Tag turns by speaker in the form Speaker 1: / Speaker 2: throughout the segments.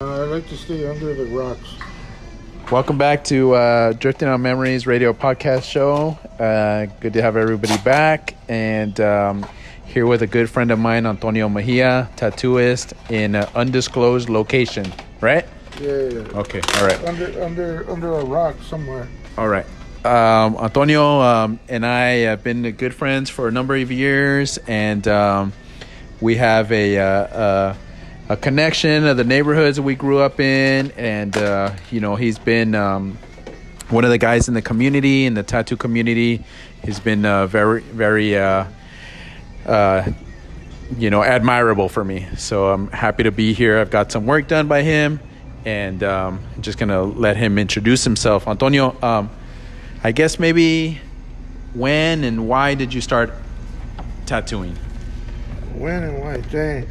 Speaker 1: I Uh, like to stay under the rocks.
Speaker 2: Welcome back to uh, Drifting on Memories Radio Podcast Show. Uh, good to have everybody back, and um, here with a good friend of mine, Antonio Mejia, tattooist in an undisclosed location. Right?
Speaker 1: Yeah.
Speaker 2: Okay. All right.
Speaker 1: Under under under a rock somewhere.
Speaker 2: All right. Um, Antonio um, and I have been good friends for a number of years, and um, we have a, uh, uh a connection of the neighborhoods we grew up in, and uh, you know he's been um, one of the guys in the community, in the tattoo community. He's been uh, very, very. Uh, uh, you know, admirable for me. So I'm happy to be here. I've got some work done by him, and um, I'm just gonna let him introduce himself. Antonio, um, I guess maybe when and why did you start tattooing?
Speaker 1: When and why? Dang.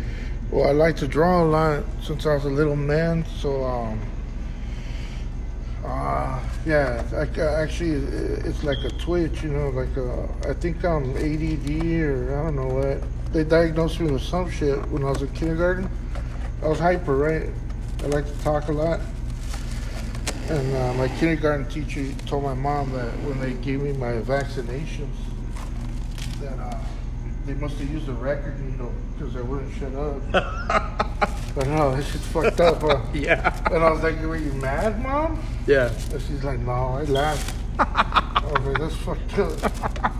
Speaker 1: Well, I like to draw a lot since I was a little man. So, um, uh, yeah. I, I actually, it- it's like a twitch, you know. Like a, I think I'm ADD or I don't know what. They diagnosed me with some shit when I was in kindergarten. I was hyper, right? I like to talk a lot. And uh, my kindergarten teacher told my mom that when they gave me my vaccinations, that uh, they must have used a record needle because I wouldn't shut up. but no, this shit's fucked up, huh?
Speaker 2: Yeah,
Speaker 1: And I was like, "Were you mad, mom?"
Speaker 2: yeah,
Speaker 1: And she's like, "No, I laughed." I was like, "That's fucked up."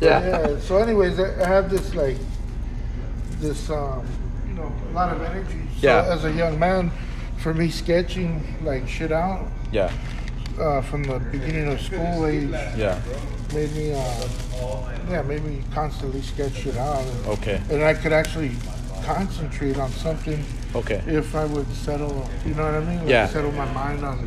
Speaker 2: yeah,
Speaker 1: yeah. So, anyways, I I have this like, this um, you know, a lot of energy. So
Speaker 2: Yeah.
Speaker 1: As a young man, for me, sketching like shit out
Speaker 2: yeah,
Speaker 1: uh, from the beginning of school age
Speaker 2: yeah.
Speaker 1: made me, uh, yeah, made me constantly sketch it out, and,
Speaker 2: Okay,
Speaker 1: and I could actually concentrate on something
Speaker 2: okay.
Speaker 1: if I would settle, you know what I mean? Like
Speaker 2: Yeah.
Speaker 1: Settle my mind on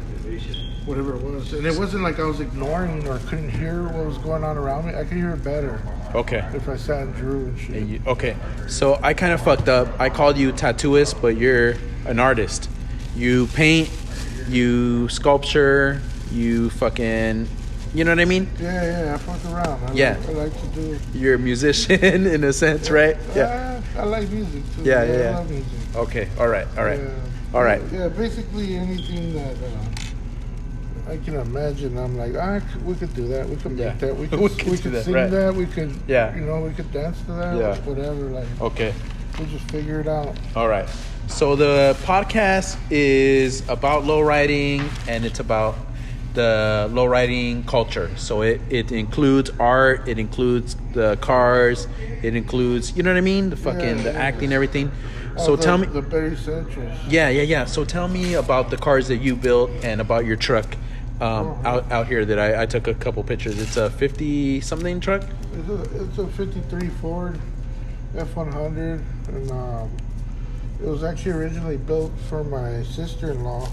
Speaker 1: whatever it was, and it wasn't like I was ignoring or couldn't hear what was going on around me. I could hear it better
Speaker 2: Okay.
Speaker 1: if I sat and drew and shit.
Speaker 2: And you- okay, so I kind of fucked up. I called you tattooist, but you're an artist. You paint, you sculpture, you fucking, you know what I mean?
Speaker 1: Yeah, yeah, I fuck around. I
Speaker 2: Yeah.
Speaker 1: Like, I like to do.
Speaker 2: You're a musician in a sense, right? Yeah.
Speaker 1: Uh, I like music too.
Speaker 2: Yeah, yeah,
Speaker 1: I
Speaker 2: yeah.
Speaker 1: love music.
Speaker 2: Okay. All right. All right.
Speaker 1: Yeah.
Speaker 2: All right.
Speaker 1: Yeah, basically anything that uh, I can imagine, I'm like, ah, c- we could do that. We could make
Speaker 2: Yeah.
Speaker 1: that. We could,
Speaker 2: We
Speaker 1: we
Speaker 2: could
Speaker 1: could,
Speaker 2: do that,
Speaker 1: sing
Speaker 2: right.
Speaker 1: that. We could,
Speaker 2: Yeah.
Speaker 1: you know, we could dance to that.
Speaker 2: Yeah.
Speaker 1: Whatever. Like,
Speaker 2: Okay.
Speaker 1: we just figure it out.
Speaker 2: All right. So the podcast is about low riding and it's about the low riding culture. So it, it includes art, it includes the cars, it includes you know what I mean? The fucking
Speaker 1: Yeah,
Speaker 2: the
Speaker 1: yeah.
Speaker 2: acting, everything. So
Speaker 1: All the,
Speaker 2: tell me
Speaker 1: the Barry Centrals.
Speaker 2: Yeah, yeah, yeah. So tell me about the cars that you built and about your truck um,
Speaker 1: Uh-huh.
Speaker 2: out out here that I, I took a couple pictures. It's a fifty something truck?
Speaker 1: It's a, it's a 53 Ford F100, and um, it was actually originally built for my sister in law.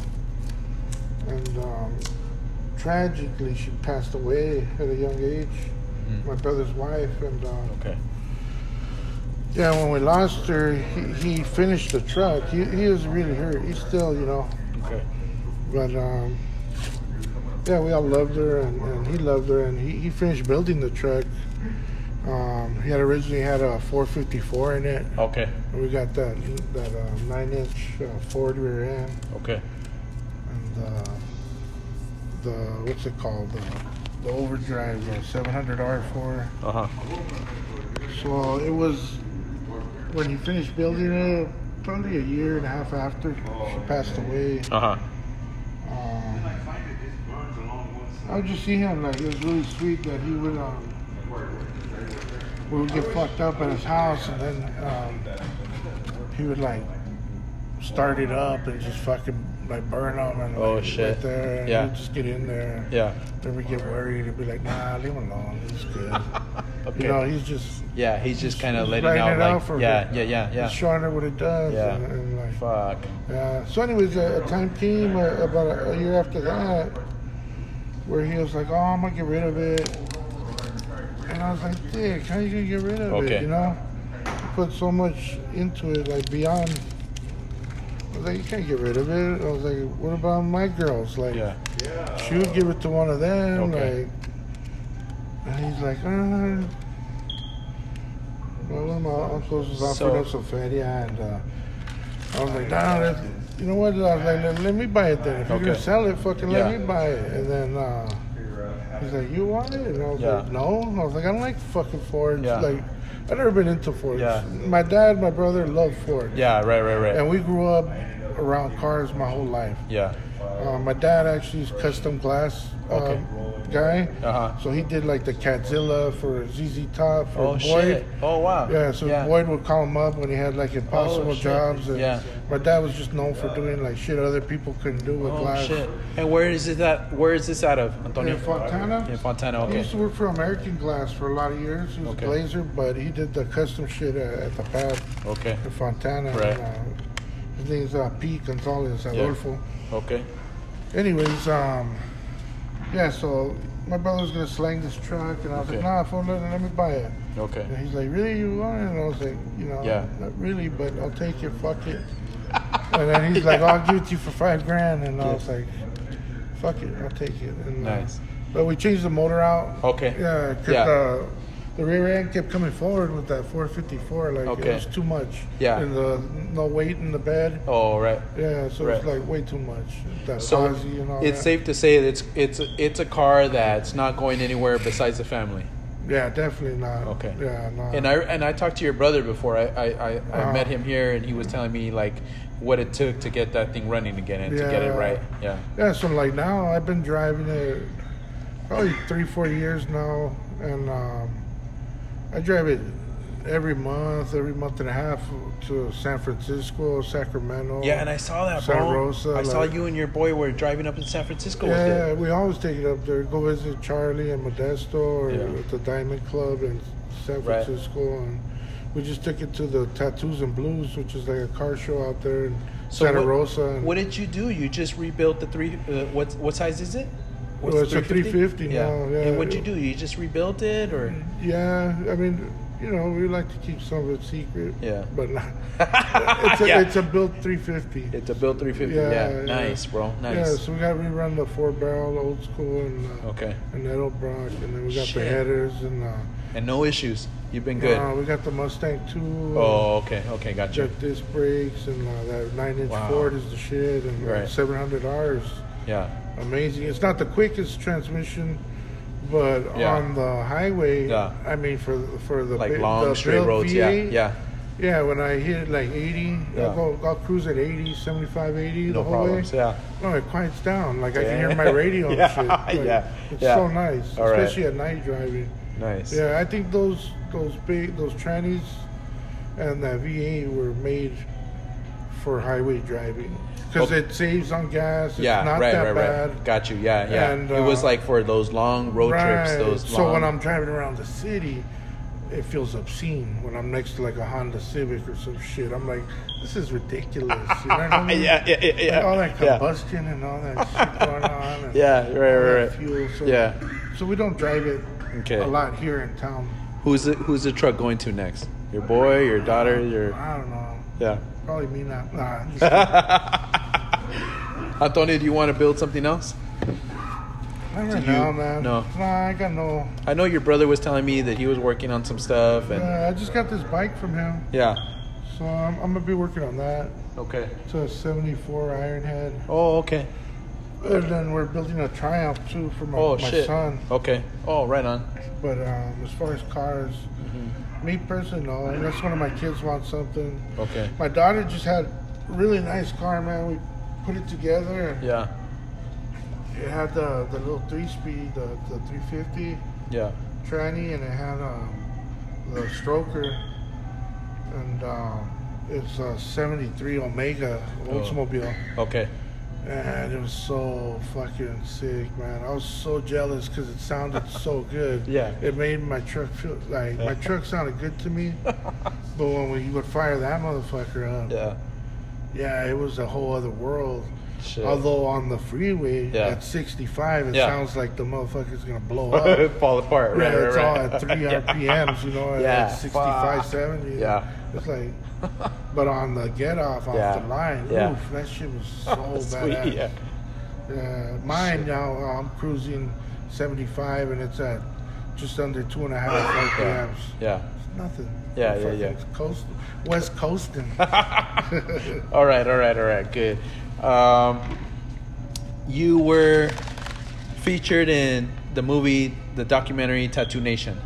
Speaker 1: And um, tragically, she passed away at a young age, my brother's wife. And um,
Speaker 2: Okay.
Speaker 1: yeah, when we lost her, he, he finished the truck. He, he was really hurt. He's still, you know,
Speaker 2: Okay.
Speaker 1: but um, yeah, we all loved her, and, and he loved her, and he, he finished building the truck. Um, he had originally had a 454 in it,
Speaker 2: Okay.
Speaker 1: and we got that that uh, nine-inch uh, Ford rear end,
Speaker 2: Okay.
Speaker 1: and uh, the what's it called, the, the overdrive, the 700R4.
Speaker 2: Uh huh.
Speaker 1: So uh, it was when he finished building it, probably a year and a half after she passed away.
Speaker 2: Uh huh.
Speaker 1: Um, I would just see him like it was really sweet that he would um we would get fucked up at his house and then um he would like start it up and just fucking like burn them and
Speaker 2: Oh,
Speaker 1: like,
Speaker 2: shit.
Speaker 1: right there and
Speaker 2: Yeah.
Speaker 1: we'd just get in there
Speaker 2: Yeah.
Speaker 1: then we get worried and be like nah leave him alone he's good
Speaker 2: Okay.
Speaker 1: you know he's just
Speaker 2: Yeah, he's just kind of
Speaker 1: he's
Speaker 2: letting
Speaker 1: writing
Speaker 2: out
Speaker 1: it
Speaker 2: like
Speaker 1: out for
Speaker 2: yeah,
Speaker 1: her.
Speaker 2: yeah, yeah, yeah,
Speaker 1: he's showing her what it does
Speaker 2: Yeah.
Speaker 1: and, and like
Speaker 2: Fuck.
Speaker 1: yeah. Uh, So, anyways, a, a time came uh, about a, a year after that where he was like, "Oh, I'm gonna get rid of it," and I was like, "Dick, how you gonna get rid of
Speaker 2: Okay.
Speaker 1: it? You know, you put so much into it, like beyond." I was like, "You can't get rid of it." I was like, "What about my girls? Like,
Speaker 2: Yeah.
Speaker 1: she would give it to one of them.
Speaker 2: Okay.
Speaker 1: Like, and he's like, uh, well, one of my uncles was offered
Speaker 2: So-
Speaker 1: up some fatty, and uh, I was uh, like, no, that's, you know what? Like, let, let me buy it then. If you're
Speaker 2: Okay.
Speaker 1: gonna sell it, fucking
Speaker 2: Yeah.
Speaker 1: let me buy it. And then uh, he's like, "You want it?" And I was
Speaker 2: Yeah.
Speaker 1: like, "No." I was like, "I don't like fucking Fords.
Speaker 2: Yeah.
Speaker 1: Like, I've never been into Fords.
Speaker 2: Yeah.
Speaker 1: My dad, my brother loved Fords.
Speaker 2: Yeah, right, right, right.
Speaker 1: And we grew up around cars my whole life.
Speaker 2: yeah.
Speaker 1: Uh, my dad actually is custom glass uh,
Speaker 2: Okay.
Speaker 1: guy,
Speaker 2: Uh-huh.
Speaker 1: so he did like the Catzilla for ZZ Top for
Speaker 2: Oh
Speaker 1: Boyd.
Speaker 2: shit. Oh wow.
Speaker 1: Yeah, so Boyd would call him up when he had like impossible
Speaker 2: Oh, shit.
Speaker 1: jobs, and
Speaker 2: Yeah.
Speaker 1: my dad was just known for doing like shit other people couldn't do with
Speaker 2: Oh
Speaker 1: glass.
Speaker 2: shit. And where is it that where is this out of, Antonio?
Speaker 1: In Fontana.
Speaker 2: In Fontana,
Speaker 1: He
Speaker 2: okay.
Speaker 1: used to work for American Glass for a lot of years. He was
Speaker 2: Okay.
Speaker 1: a glazer, but he did the custom shit at, at the pad
Speaker 2: Okay.
Speaker 1: in Fontana.
Speaker 2: Right.
Speaker 1: And, uh, his name's uh, Pete Gonzalez Adolfo.
Speaker 2: Okay.
Speaker 1: Anyways, um, yeah, so my brother's gonna slang this truck, and I was
Speaker 2: Okay.
Speaker 1: like, nah, fool, let, let me buy it.
Speaker 2: Okay.
Speaker 1: And he's like, really, you want it? And I was like, you know,
Speaker 2: Yeah.
Speaker 1: not really, but I'll take it, fuck it. and then he's like, I'll give it to you for five grand, and I was like, fuck it, I'll take it. And, uh,
Speaker 2: Nice.
Speaker 1: but we changed the motor out.
Speaker 2: Okay.
Speaker 1: Yeah, 'cause,
Speaker 2: Yeah.
Speaker 1: Uh, the rear end kept coming forward with that 454, like
Speaker 2: Okay.
Speaker 1: it was too much.
Speaker 2: Yeah.
Speaker 1: And the no weight in the bed.
Speaker 2: Oh right.
Speaker 1: Yeah, so it's
Speaker 2: Right.
Speaker 1: like way too much. That
Speaker 2: So
Speaker 1: posi and all
Speaker 2: it's
Speaker 1: that.
Speaker 2: safe to say that it's it's it's a car that's not going anywhere besides the family.
Speaker 1: Yeah, definitely not.
Speaker 2: Okay.
Speaker 1: Yeah, no.
Speaker 2: And I and I talked to your brother before. I I, I, I
Speaker 1: Uh-huh.
Speaker 2: met him here, and he was telling me like what it took to get that thing running again and to get it
Speaker 1: Yeah.
Speaker 2: right. Yeah.
Speaker 1: yeah, so like now I've been driving it probably three, four years now, and um, I drive it every month, every month and a half to San Francisco, Sacramento.
Speaker 2: Yeah, and I saw that,
Speaker 1: Santa
Speaker 2: bro.
Speaker 1: Rosa,
Speaker 2: I saw
Speaker 1: like-
Speaker 2: you and your boy were driving up in San Francisco
Speaker 1: yeah,
Speaker 2: with it.
Speaker 1: we always take it up there. Go visit Charlie and Modesto or
Speaker 2: Yeah.
Speaker 1: at the Diamond Club in San
Speaker 2: Right.
Speaker 1: Francisco, and we just took it to the Tattoos and Blues, which is like a car show out there in Santa
Speaker 2: what,
Speaker 1: Rosa. And
Speaker 2: What did you do? You just rebuilt the three. Uh, what what size is it?
Speaker 1: Well, it's a 350
Speaker 2: Yeah.
Speaker 1: now, yeah.
Speaker 2: And what'd you do? You just rebuilt it, or
Speaker 1: Yeah, I mean, you know, we like to keep some of it secret.
Speaker 2: Yeah.
Speaker 1: But not, it's, a,
Speaker 2: Yeah.
Speaker 1: it's a built 350.
Speaker 2: it's a built 350.
Speaker 1: Yeah,
Speaker 2: Yeah.
Speaker 1: yeah.
Speaker 2: Nice, bro. Nice.
Speaker 1: Yeah, so we got to rerun the four barrel old school and uh,
Speaker 2: Okay.
Speaker 1: and Edelbrock, and then we got the
Speaker 2: Shit.
Speaker 1: headers and uh,
Speaker 2: And no issues. You've been good.
Speaker 1: uh, we got the Mustang too.
Speaker 2: oh, okay. Okay, gotcha.
Speaker 1: Jet disc brakes and uh, that nine inch
Speaker 2: Wow.
Speaker 1: Ford is the shit, and
Speaker 2: Right.
Speaker 1: 700R is
Speaker 2: Yeah.
Speaker 1: amazing. It's not the quickest transmission, but
Speaker 2: Yeah.
Speaker 1: on the highway,
Speaker 2: Yeah.
Speaker 1: I mean, for for the
Speaker 2: Like
Speaker 1: big-
Speaker 2: long
Speaker 1: the
Speaker 2: straight
Speaker 1: built
Speaker 2: roads. Yeah.
Speaker 1: V8,
Speaker 2: Yeah.
Speaker 1: Yeah, when I hit like 80,
Speaker 2: Yeah.
Speaker 1: I'll, go, I'll cruise at 80, 75, 80 the
Speaker 2: No
Speaker 1: whole
Speaker 2: problems.
Speaker 1: way.
Speaker 2: Yeah.
Speaker 1: No, it quiets down. Like I can
Speaker 2: Yeah.
Speaker 1: hear my radio
Speaker 2: Yeah,
Speaker 1: and shit. Like,
Speaker 2: yeah,
Speaker 1: It's
Speaker 2: yeah.
Speaker 1: so nice,
Speaker 2: All right.
Speaker 1: especially at night driving.
Speaker 2: Nice.
Speaker 1: Yeah, I think those those big those trannies and that V8 were made for highway driving because
Speaker 2: Okay.
Speaker 1: it saves on gas. It's
Speaker 2: Yeah,
Speaker 1: not
Speaker 2: right,
Speaker 1: that
Speaker 2: right,
Speaker 1: bad.
Speaker 2: right. Got you. Yeah, yeah.
Speaker 1: And,
Speaker 2: it was
Speaker 1: uh,
Speaker 2: like for those long road trips. Those
Speaker 1: so
Speaker 2: long,
Speaker 1: when I'm driving around the city, it feels obscene when I'm next to like a Honda Civic or some shit. I'm like, this is ridiculous. You know what I mean?
Speaker 2: Ah, yeah, yeah, yeah,
Speaker 1: Like,
Speaker 2: yeah.
Speaker 1: all that
Speaker 2: Yeah.
Speaker 1: combustion and all that shit going on. And
Speaker 2: Yeah, right,
Speaker 1: all
Speaker 2: right,
Speaker 1: that
Speaker 2: right.
Speaker 1: Fuel. So,
Speaker 2: Yeah.
Speaker 1: So we don't drive it
Speaker 2: Okay.
Speaker 1: a lot here in town.
Speaker 2: Who's the, who's the truck going to next? Your boy, your daughter, your
Speaker 1: I don't know.
Speaker 2: yeah.
Speaker 1: Probably me not. Nah. I'm just-
Speaker 2: Antonio, do you want to build something else?
Speaker 1: Not right
Speaker 2: Do you-
Speaker 1: now, man.
Speaker 2: no.
Speaker 1: Nah, I got no.
Speaker 2: I know your brother was telling me that he was working on some stuff and
Speaker 1: Uh, I just got this bike from him,
Speaker 2: yeah.
Speaker 1: so I'm, I'm gonna be working on that.
Speaker 2: Okay.
Speaker 1: It's a '74 Ironhead.
Speaker 2: Oh, okay.
Speaker 1: And then we're building a Triumph too for my,
Speaker 2: Oh
Speaker 1: my
Speaker 2: shit.
Speaker 1: son.
Speaker 2: Okay. Oh, right on.
Speaker 1: But um, as far as cars,
Speaker 2: Mm-hmm.
Speaker 1: me personally, no. Unless one of my kids wants something.
Speaker 2: Okay.
Speaker 1: My daughter just had a really nice car, man. We put it together. and
Speaker 2: Yeah.
Speaker 1: It had the, the little three speed, the, the 350
Speaker 2: Yeah.
Speaker 1: tranny, and it had um, the stroker. And um, it's a 73 Omega
Speaker 2: Oh.
Speaker 1: Oldsmobile.
Speaker 2: Okay.
Speaker 1: Man, it was so fucking sick, man. I was so jealous because it sounded so good.
Speaker 2: Yeah.
Speaker 1: It made my truck feel like my truck sounded good to me. but when we would fire that motherfucker up,
Speaker 2: Yeah.
Speaker 1: yeah, it was a whole other world.
Speaker 2: Shit.
Speaker 1: Although on the freeway
Speaker 2: Yeah.
Speaker 1: at 65, it
Speaker 2: Yeah.
Speaker 1: sounds like the motherfucker's gonna blow up.
Speaker 2: Fall apart. Right.
Speaker 1: yeah,
Speaker 2: right,
Speaker 1: it's
Speaker 2: right.
Speaker 1: all at 3 RPMs, you know, at
Speaker 2: Yeah.
Speaker 1: like 65, 70.
Speaker 2: Yeah.
Speaker 1: It's like, but on the get off off
Speaker 2: Yeah.
Speaker 1: the line,
Speaker 2: Yeah.
Speaker 1: oof, that shit was so bad.
Speaker 2: Sweet. Yeah.
Speaker 1: Uh, mine now, uh, I'm cruising 75 and it's at just under two and a half RPMs.
Speaker 2: Yeah.
Speaker 1: It's nothing.
Speaker 2: Yeah,
Speaker 1: I'm
Speaker 2: yeah, yeah.
Speaker 1: fucking Coast, West coasting.
Speaker 2: all right, all right, all right. Good. Um, you were featured in the movie, the documentary Tattoo Nation,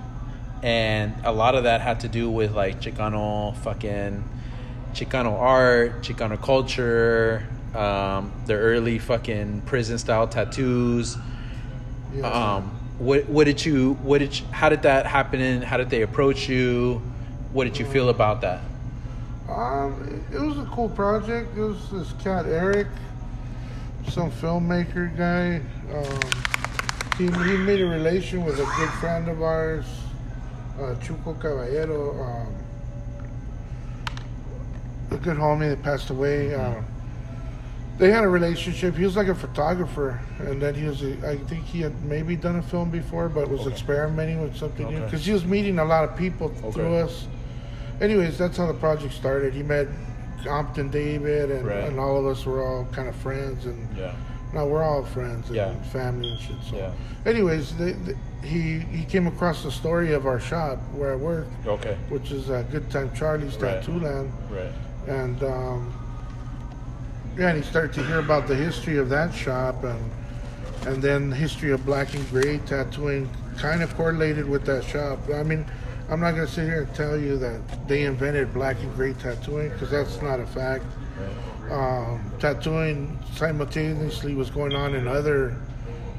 Speaker 2: and a lot of that had to do with like Chicano fucking Chicano art, Chicano culture, um, the early fucking prison style tattoos.
Speaker 1: Yeah.
Speaker 2: Um, what what did you what did you, how did that happen? And how did they approach you? What did you feel about that?
Speaker 1: Um, it it was a cool project. It was this cat Eric, some filmmaker guy. Um, he, he made a relation with a good friend of ours, uh, Chuco Caballero, um, a good homie that passed away. Um, they had a relationship. He was like a photographer, and then he was. A, I think he had maybe done a film before, but was experimenting with something new
Speaker 2: Okay.
Speaker 1: because he was meeting a lot of people through
Speaker 2: Okay.
Speaker 1: us. Anyways, that's how the project started. He met Compton David, and,
Speaker 2: Right.
Speaker 1: and all of us were all kind of friends, and
Speaker 2: Yeah.
Speaker 1: now we're all friends and
Speaker 2: Yeah.
Speaker 1: family and shit. So,
Speaker 2: Yeah.
Speaker 1: anyways, they, they, he he came across the story of our shop where I work,
Speaker 2: Okay.
Speaker 1: which is uh, Good Time Charlie's
Speaker 2: Right.
Speaker 1: Tattoo Land,
Speaker 2: Right.
Speaker 1: and um, yeah, and he started to hear about the history of that shop and and then history of black and gray tattooing kind of correlated with that shop. I mean, I'm not gonna sit here and tell you that they invented black and gray tattooing because that's not a fact. Um, tattooing simultaneously was going on in other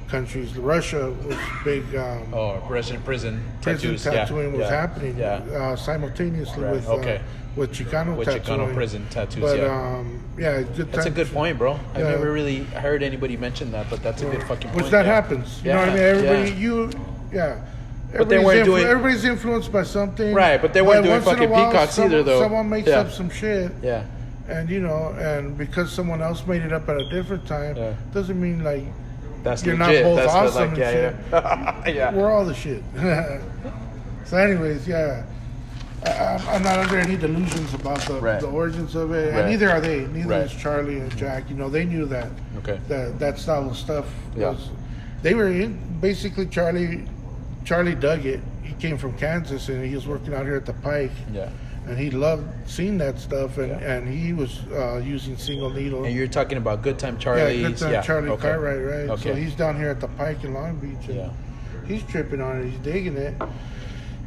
Speaker 1: countries. Russia was big. Um,
Speaker 2: Oh, prison, prison
Speaker 1: prison
Speaker 2: tattoos. yeah,
Speaker 1: tattooing was
Speaker 2: yeah,
Speaker 1: happening
Speaker 2: Yeah.
Speaker 1: uh, simultaneously
Speaker 2: Right,
Speaker 1: with
Speaker 2: okay.
Speaker 1: uh, with Chicano
Speaker 2: With Chicano
Speaker 1: tattooing.
Speaker 2: prison tattoos,
Speaker 1: But
Speaker 2: yeah.
Speaker 1: um, yeah, good.
Speaker 2: That's a
Speaker 1: time-
Speaker 2: good point, bro. I've
Speaker 1: Yeah.
Speaker 2: never really heard anybody mention that, but that's a good fucking point.
Speaker 1: Which that
Speaker 2: yeah.
Speaker 1: happens. You know what I
Speaker 2: Yeah,
Speaker 1: mean? Everybody,
Speaker 2: yeah.
Speaker 1: you, yeah.
Speaker 2: But they
Speaker 1: Everybody's
Speaker 2: weren't
Speaker 1: influ-
Speaker 2: doing-
Speaker 1: Everybody's influenced by something,
Speaker 2: Right, but they weren't doing
Speaker 1: once in a
Speaker 2: fucking
Speaker 1: while,
Speaker 2: peacocks
Speaker 1: someone,
Speaker 2: either, though.
Speaker 1: Someone makes
Speaker 2: Yeah.
Speaker 1: up some shit,
Speaker 2: Yeah.
Speaker 1: and you know, and because someone else made it up at a different time,
Speaker 2: Yeah.
Speaker 1: doesn't mean like
Speaker 2: That's
Speaker 1: You're not
Speaker 2: legit.
Speaker 1: both
Speaker 2: that's
Speaker 1: awesome and
Speaker 2: like, yeah, yeah. yeah.
Speaker 1: we're all the shit. so, anyways, yeah. I, I'm- I'm not under any delusions about the,
Speaker 2: Right.
Speaker 1: the origins of it,
Speaker 2: Right.
Speaker 1: and neither are they. Neither
Speaker 2: Right.
Speaker 1: is Charlie and Jack. You know, they knew that
Speaker 2: Okay.
Speaker 1: that that style of stuff
Speaker 2: Yeah.
Speaker 1: was they were in basically Charlie Charlie dug it. He came from Kansas and he was working out here at the Pike
Speaker 2: Yeah.
Speaker 1: and he loved seeing that stuff and,
Speaker 2: Yeah.
Speaker 1: and he was uh, using single needle.
Speaker 2: And you're talking about Good Time
Speaker 1: yeah,
Speaker 2: Charlie's.
Speaker 1: good time Charlie Cartwright, right?
Speaker 2: Okay.
Speaker 1: So he's down here at the Pike in Long Beach and
Speaker 2: Yeah.
Speaker 1: he's tripping on it, he's digging it.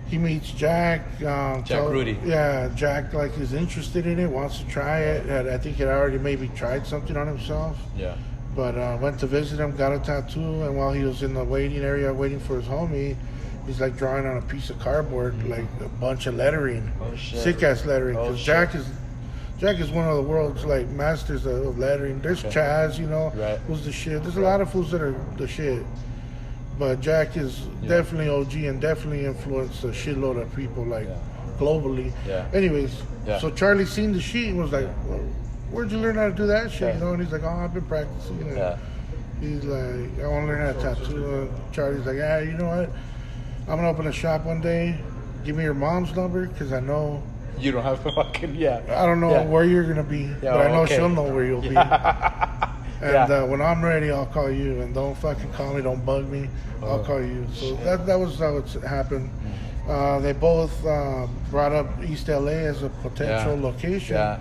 Speaker 1: He meets Jack. Um,
Speaker 2: Jack Rudy.
Speaker 1: Yeah, Jack like is interested in it, wants to try it. And I think he had already maybe tried something on himself.
Speaker 2: Yeah.
Speaker 1: But uh, went to visit him, got a tattoo, and while he was in the waiting area waiting for his homie, he's like drawing on a piece of cardboard like a bunch of lettering,
Speaker 2: Mm. Oh, shit.
Speaker 1: sick ass lettering.
Speaker 2: Oh,
Speaker 1: Because
Speaker 2: shit.
Speaker 1: Jack is Jack is one of the world's like masters of, of lettering. There's Chaz, you know,
Speaker 2: Right.
Speaker 1: who's the shit. There's a lot of fools that are the shit. But Jack is
Speaker 2: Yeah.
Speaker 1: definitely OG and definitely influenced a shitload of people like
Speaker 2: Yeah.
Speaker 1: globally.
Speaker 2: Yeah.
Speaker 1: Anyways,
Speaker 2: Yeah.
Speaker 1: so Charlie seen the sheet and was like, well, "Where'd you learn how to do that shit?"
Speaker 2: Yeah.
Speaker 1: You know, and he's like, "Oh, I've been practicing." And
Speaker 2: Yeah.
Speaker 1: He's like, I want to learn how to tattoo. And Charlie's like, ah, you know what? I'm gonna open a shop one day. Give me your mom's number because I know
Speaker 2: You don't have fucking yeah.
Speaker 1: I don't know
Speaker 2: Yeah.
Speaker 1: where you're gonna be, but I know
Speaker 2: okay.
Speaker 1: she'll know where you'll be. And
Speaker 2: Yeah.
Speaker 1: uh, when I'm ready, I'll call you. And don't fucking call me. Don't bug me.
Speaker 2: Oh,
Speaker 1: I'll call you. So
Speaker 2: shit.
Speaker 1: that that was how it happened. Uh, they both uh, brought up East LA as a potential
Speaker 2: Yeah.
Speaker 1: location
Speaker 2: Yeah.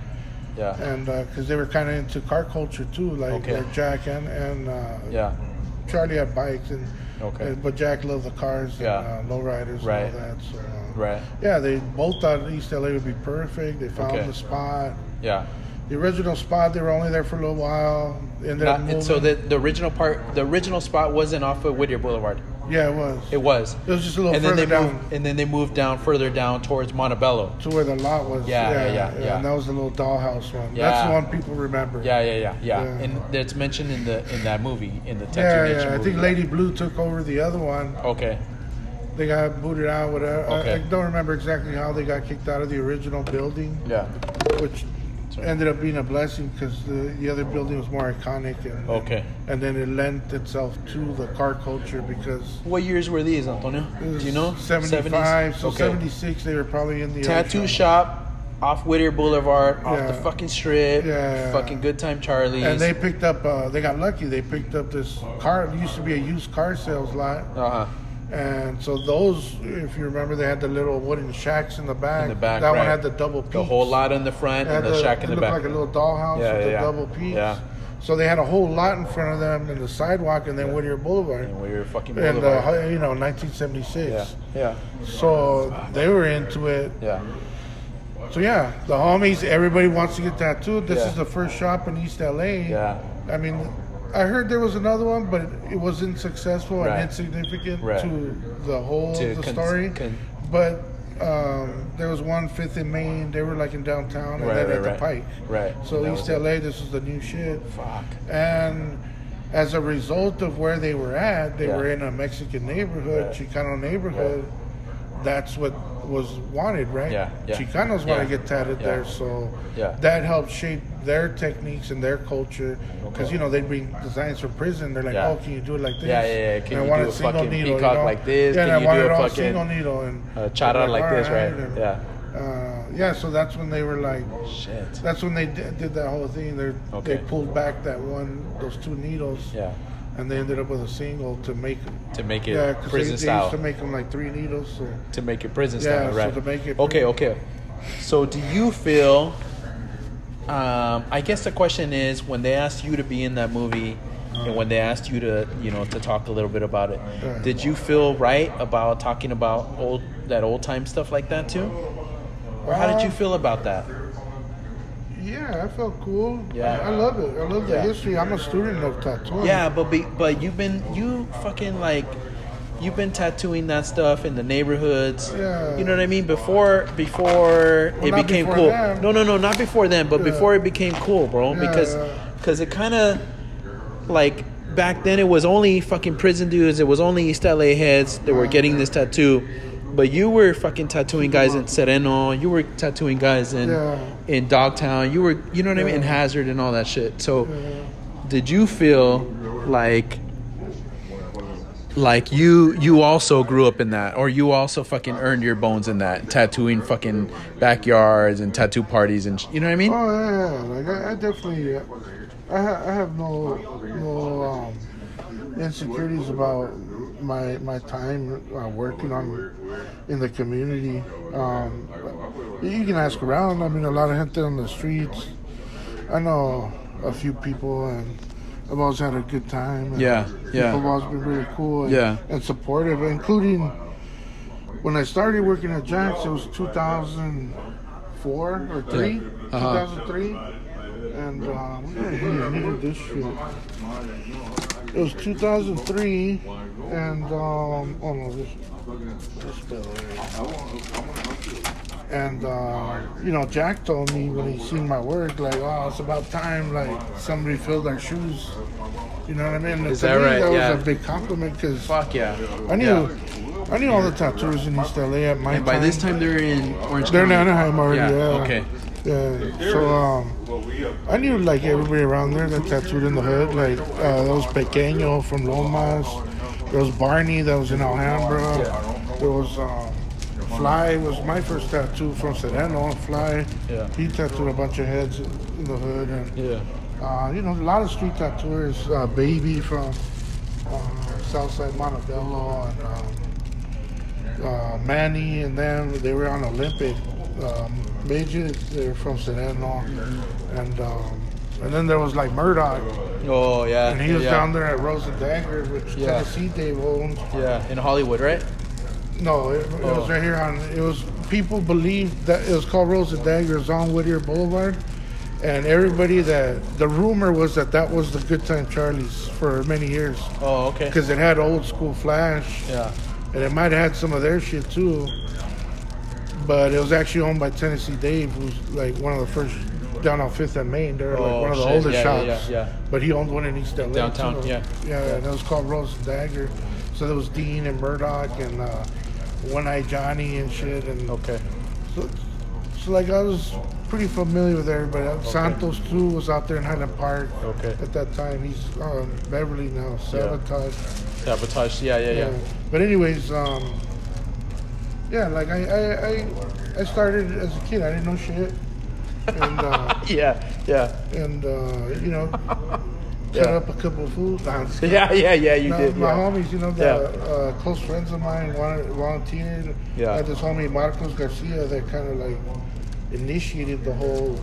Speaker 2: Yeah.
Speaker 1: and because they were kind of into car culture too, like,
Speaker 2: Okay.
Speaker 1: like Jack and and uh,
Speaker 2: Yeah.
Speaker 1: Charlie had bikes and
Speaker 2: Okay.
Speaker 1: and- but Jack loved the cars
Speaker 2: Yeah.
Speaker 1: and uh, lowriders
Speaker 2: Right.
Speaker 1: and all that. So, uh,
Speaker 2: Right.
Speaker 1: Yeah, they both thought East LA would be perfect. They found
Speaker 2: Okay.
Speaker 1: the spot.
Speaker 2: Yeah.
Speaker 1: The original spot, they were only there for a little while. And
Speaker 2: Not-
Speaker 1: then
Speaker 2: and so the, the original part, the original spot wasn't off of Whittier Boulevard.
Speaker 1: yeah, it was.
Speaker 2: It was.
Speaker 1: It was just a little
Speaker 2: and then
Speaker 1: further
Speaker 2: they
Speaker 1: down
Speaker 2: moved, and then they moved down further down towards Montebello.
Speaker 1: to where the lot was.
Speaker 2: Yeah, yeah, yeah, yeah.
Speaker 1: And that was the little dollhouse one. That's
Speaker 2: Yeah.
Speaker 1: the one people remember.
Speaker 2: Yeah, yeah, yeah, yeah.
Speaker 1: Yeah.
Speaker 2: And that's mentioned in the in that movie in the Tattoo
Speaker 1: Yeah,
Speaker 2: Nation
Speaker 1: yeah. I
Speaker 2: movie.
Speaker 1: think Lady Blue took over the other one.
Speaker 2: Okay,
Speaker 1: They got booted out. Whatever. I- I,
Speaker 2: Okay.
Speaker 1: don't remember exactly how they got kicked out of the original building,
Speaker 2: yeah,
Speaker 1: which
Speaker 2: Sorry.
Speaker 1: ended up being a blessing because the, the other building was more iconic. And,
Speaker 2: okay.
Speaker 1: And then it lent itself to the car culture because.
Speaker 2: What years were these, Antonio?
Speaker 1: it was
Speaker 2: Do you know?
Speaker 1: 75.
Speaker 2: 70s?
Speaker 1: So
Speaker 2: okay.
Speaker 1: 76, they were probably in the. other
Speaker 2: Tattoo
Speaker 1: shop.
Speaker 2: shop off Whittier Boulevard, off
Speaker 1: Yeah.
Speaker 2: the fucking strip.
Speaker 1: Yeah.
Speaker 2: Fucking Good Time Charlie's.
Speaker 1: And they picked up, uh, they got lucky. They picked up this car. It used to be a used car sales lot.
Speaker 2: uh huh.
Speaker 1: And so those, if you remember, they had the little wooden shacks in the back.
Speaker 2: In the back,
Speaker 1: that one
Speaker 2: right.
Speaker 1: had the double peaks.
Speaker 2: The whole lot in the front
Speaker 1: It had
Speaker 2: and the shack in
Speaker 1: it
Speaker 2: the
Speaker 1: looked
Speaker 2: back.
Speaker 1: like a little dollhouse
Speaker 2: Yeah,
Speaker 1: with the
Speaker 2: yeah, yeah.
Speaker 1: double peaks.
Speaker 2: Yeah.
Speaker 1: So they had a whole lot in front of them and the sidewalk and then Whittier Boulevard.
Speaker 2: and we were fucking
Speaker 1: And,
Speaker 2: boulevard.
Speaker 1: uh, you know, 1976.
Speaker 2: yeah, yeah,
Speaker 1: So they were into it.
Speaker 2: yeah.
Speaker 1: So yeah, the homies, everybody wants to get tattooed. This
Speaker 2: Yeah.
Speaker 1: is the first shop in East LA.
Speaker 2: Yeah.
Speaker 1: I mean, I heard there was another one, but it wasn't successful
Speaker 2: Right.
Speaker 1: and insignificant
Speaker 2: Right.
Speaker 1: to the whole
Speaker 2: To
Speaker 1: of the
Speaker 2: con-
Speaker 1: story.
Speaker 2: con-
Speaker 1: but um, there was one Fifth in Maine. They were like in downtown and
Speaker 2: Right,
Speaker 1: then
Speaker 2: right,
Speaker 1: at
Speaker 2: right.
Speaker 1: the Pike.
Speaker 2: Right.
Speaker 1: So
Speaker 2: That
Speaker 1: East
Speaker 2: was it.
Speaker 1: LA, this is the new shit.
Speaker 2: Fuck.
Speaker 1: And as a result of where they were at, they
Speaker 2: Yeah.
Speaker 1: were in a Mexican neighborhood,
Speaker 2: Right.
Speaker 1: Chicano neighborhood. That's what was wanted, right?
Speaker 2: Yeah, yeah.
Speaker 1: Chicanos want to
Speaker 2: Yeah.
Speaker 1: get tatted
Speaker 2: Yeah.
Speaker 1: there, so
Speaker 2: Yeah.
Speaker 1: that helped shape their techniques and their culture. Because
Speaker 2: Okay.
Speaker 1: you know they bring designs from prison. They're like,
Speaker 2: Yeah.
Speaker 1: oh, can you do it like this?
Speaker 2: Yeah, yeah, yeah. Can
Speaker 1: and I
Speaker 2: you
Speaker 1: want
Speaker 2: do
Speaker 1: it
Speaker 2: a
Speaker 1: single
Speaker 2: fucking
Speaker 1: needle, you
Speaker 2: peacock
Speaker 1: know?
Speaker 2: like this?
Speaker 1: Yeah,
Speaker 2: Can
Speaker 1: and
Speaker 2: you
Speaker 1: I want
Speaker 2: do
Speaker 1: it
Speaker 2: a
Speaker 1: all
Speaker 2: fucking,
Speaker 1: single needle and
Speaker 2: uh, chata
Speaker 1: I'm
Speaker 2: like this,
Speaker 1: "All
Speaker 2: right?
Speaker 1: and,
Speaker 2: Yeah.
Speaker 1: Uh, yeah. So that's when they were like,
Speaker 2: Shit.
Speaker 1: that's when they did, did that whole thing. They
Speaker 2: Okay.
Speaker 1: they pulled back that one, those two needles,
Speaker 2: Yeah.
Speaker 1: and they ended up with a single to make.
Speaker 2: To make it
Speaker 1: Yeah, 'cause they, they
Speaker 2: prison
Speaker 1: used
Speaker 2: style.
Speaker 1: to make them like three needles. So
Speaker 2: to make it prison
Speaker 1: Yeah,
Speaker 2: style,
Speaker 1: so
Speaker 2: right?
Speaker 1: to make it
Speaker 2: okay,
Speaker 1: prison-
Speaker 2: okay. So do you feel? Um, I guess the question is when they asked you to be in that movie, and when they asked you to, you know, to talk a little bit about it,
Speaker 1: Yeah.
Speaker 2: did you feel right about talking about old that old time stuff like that too? Or how did you
Speaker 1: Uh,
Speaker 2: feel about that?
Speaker 1: Yeah, I felt cool.
Speaker 2: Yeah.
Speaker 1: I, I love it. I love the
Speaker 2: Yeah.
Speaker 1: history. I'm a student of tattooing.
Speaker 2: Yeah, but be, but you've been you fucking like you've been tattooing that stuff in the neighborhoods.
Speaker 1: Yeah.
Speaker 2: You know what I mean? Before before it
Speaker 1: not
Speaker 2: became
Speaker 1: before
Speaker 2: cool.
Speaker 1: them.
Speaker 2: No, no, no, not before then, but
Speaker 1: Yeah.
Speaker 2: before it became cool, bro, because
Speaker 1: Yeah.
Speaker 2: cuz it kind of like back then it was only fucking prison dudes, it was only East LA heads that were getting this tattoo. But you were fucking tattooing guys in Sereno, you were tattooing guys in
Speaker 1: Yeah.
Speaker 2: in Dogtown, you were you know what I mean, in
Speaker 1: Yeah.
Speaker 2: Hazard and all that shit. So
Speaker 1: Yeah.
Speaker 2: did you feel like like you you also grew up in that or you also fucking earned your bones in that tattooing fucking backyards and tattoo parties and sh- you know what i mean
Speaker 1: Oh yeah, yeah, like I, I definitely, uh, I, ha- I have no no um, insecurities about my my time uh, working on in the community. Um, you can ask around. I mean, a lot of gente on the streets. I know a few people, and I've always had a good time. and
Speaker 2: Yeah, yeah.
Speaker 1: People have always been really cool. And,
Speaker 2: Yeah.
Speaker 1: and supportive, including when I started working at Jack's. It was 2004 or three.
Speaker 2: Uh-huh.
Speaker 1: 2003. And uh, we didn't really need this shit. It was 2003, and um, oh no, this, this bill. And uh, you know, Jack told me when he seen my work, like, oh, it's about time, like somebody filled our shoes. You know what I mean? And
Speaker 2: Is
Speaker 1: to
Speaker 2: that
Speaker 1: me,
Speaker 2: right?
Speaker 1: That
Speaker 2: Yeah.
Speaker 1: was a big compliment because
Speaker 2: fuck yeah
Speaker 1: I knew,
Speaker 2: Yeah.
Speaker 1: I knew all the tattooers in East LA at my
Speaker 2: and by this time they're in orange
Speaker 1: they're in
Speaker 2: County.
Speaker 1: Anaheim already.
Speaker 2: Yeah,
Speaker 1: Yeah.
Speaker 2: okay.
Speaker 1: Yeah. So um, I knew like everybody around there that tattooed in the hood. Like uh, there was Pequeño from Lomas. There was Barney that was in Alhambra. There was um, Fly was my first tattoo from Sereno. Fly.
Speaker 2: Yeah.
Speaker 1: He tattooed a bunch of heads in the hood and
Speaker 2: yeah
Speaker 1: uh, you know a lot of street tattooers. Uh, Baby from uh, Southside Montebello and. Um, uh, Manny and them, they were on Olympic um, midget. They were from Sereno. And um, and then there was like Murdoch.
Speaker 2: oh yeah
Speaker 1: And he was
Speaker 2: yeah.
Speaker 1: down there at Rose and Dagger, which
Speaker 2: Yeah.
Speaker 1: Tennessee Dave owned.
Speaker 2: yeah in hollywood right
Speaker 1: No, it, it
Speaker 2: Oh.
Speaker 1: was right here on, it was, people believed that it was called Rose and Dagger. It's on Whittier Boulevard. And everybody that, the rumor was that that was the Good Time Charlie's for many years.
Speaker 2: oh okay
Speaker 1: Because it had old school flash.
Speaker 2: yeah
Speaker 1: And it might have had some of their shit too. But it was actually owned by Tennessee Dave, who's like one of the first down on Fifth and Main. They're like
Speaker 2: Oh,
Speaker 1: one of the
Speaker 2: shit.
Speaker 1: older
Speaker 2: Yeah, yeah,
Speaker 1: shops.
Speaker 2: yeah, yeah.
Speaker 1: But he owned one in East LA.
Speaker 2: Downtown,
Speaker 1: too.
Speaker 2: yeah.
Speaker 1: Yeah, and it was called Rose and Dagger. So there was Dean and Murdoch and uh, One Eye Johnny and shit. And
Speaker 2: okay
Speaker 1: so, so like I was pretty familiar with everybody. Santos too was out there in Highland Park.
Speaker 2: Okay.
Speaker 1: At that time, he's um, Beverly now. Sabotage.
Speaker 2: sabotage yeah yeah yeah,
Speaker 1: Yeah. But anyways, um, yeah, like I, I, I, I started as a kid. I didn't know shit, and uh,
Speaker 2: yeah yeah
Speaker 1: and uh, you know, cut
Speaker 2: Yeah.
Speaker 1: up a couple of fools. Nah, I'm just kidding.
Speaker 2: Yeah, yeah, yeah. You
Speaker 1: No,
Speaker 2: did.
Speaker 1: my
Speaker 2: yeah.
Speaker 1: homies, you know, the
Speaker 2: Yeah.
Speaker 1: uh, close friends of mine wanted, volunteered.
Speaker 2: Yeah.
Speaker 1: I had this homie Marcos Garcia that kind of like initiated the whole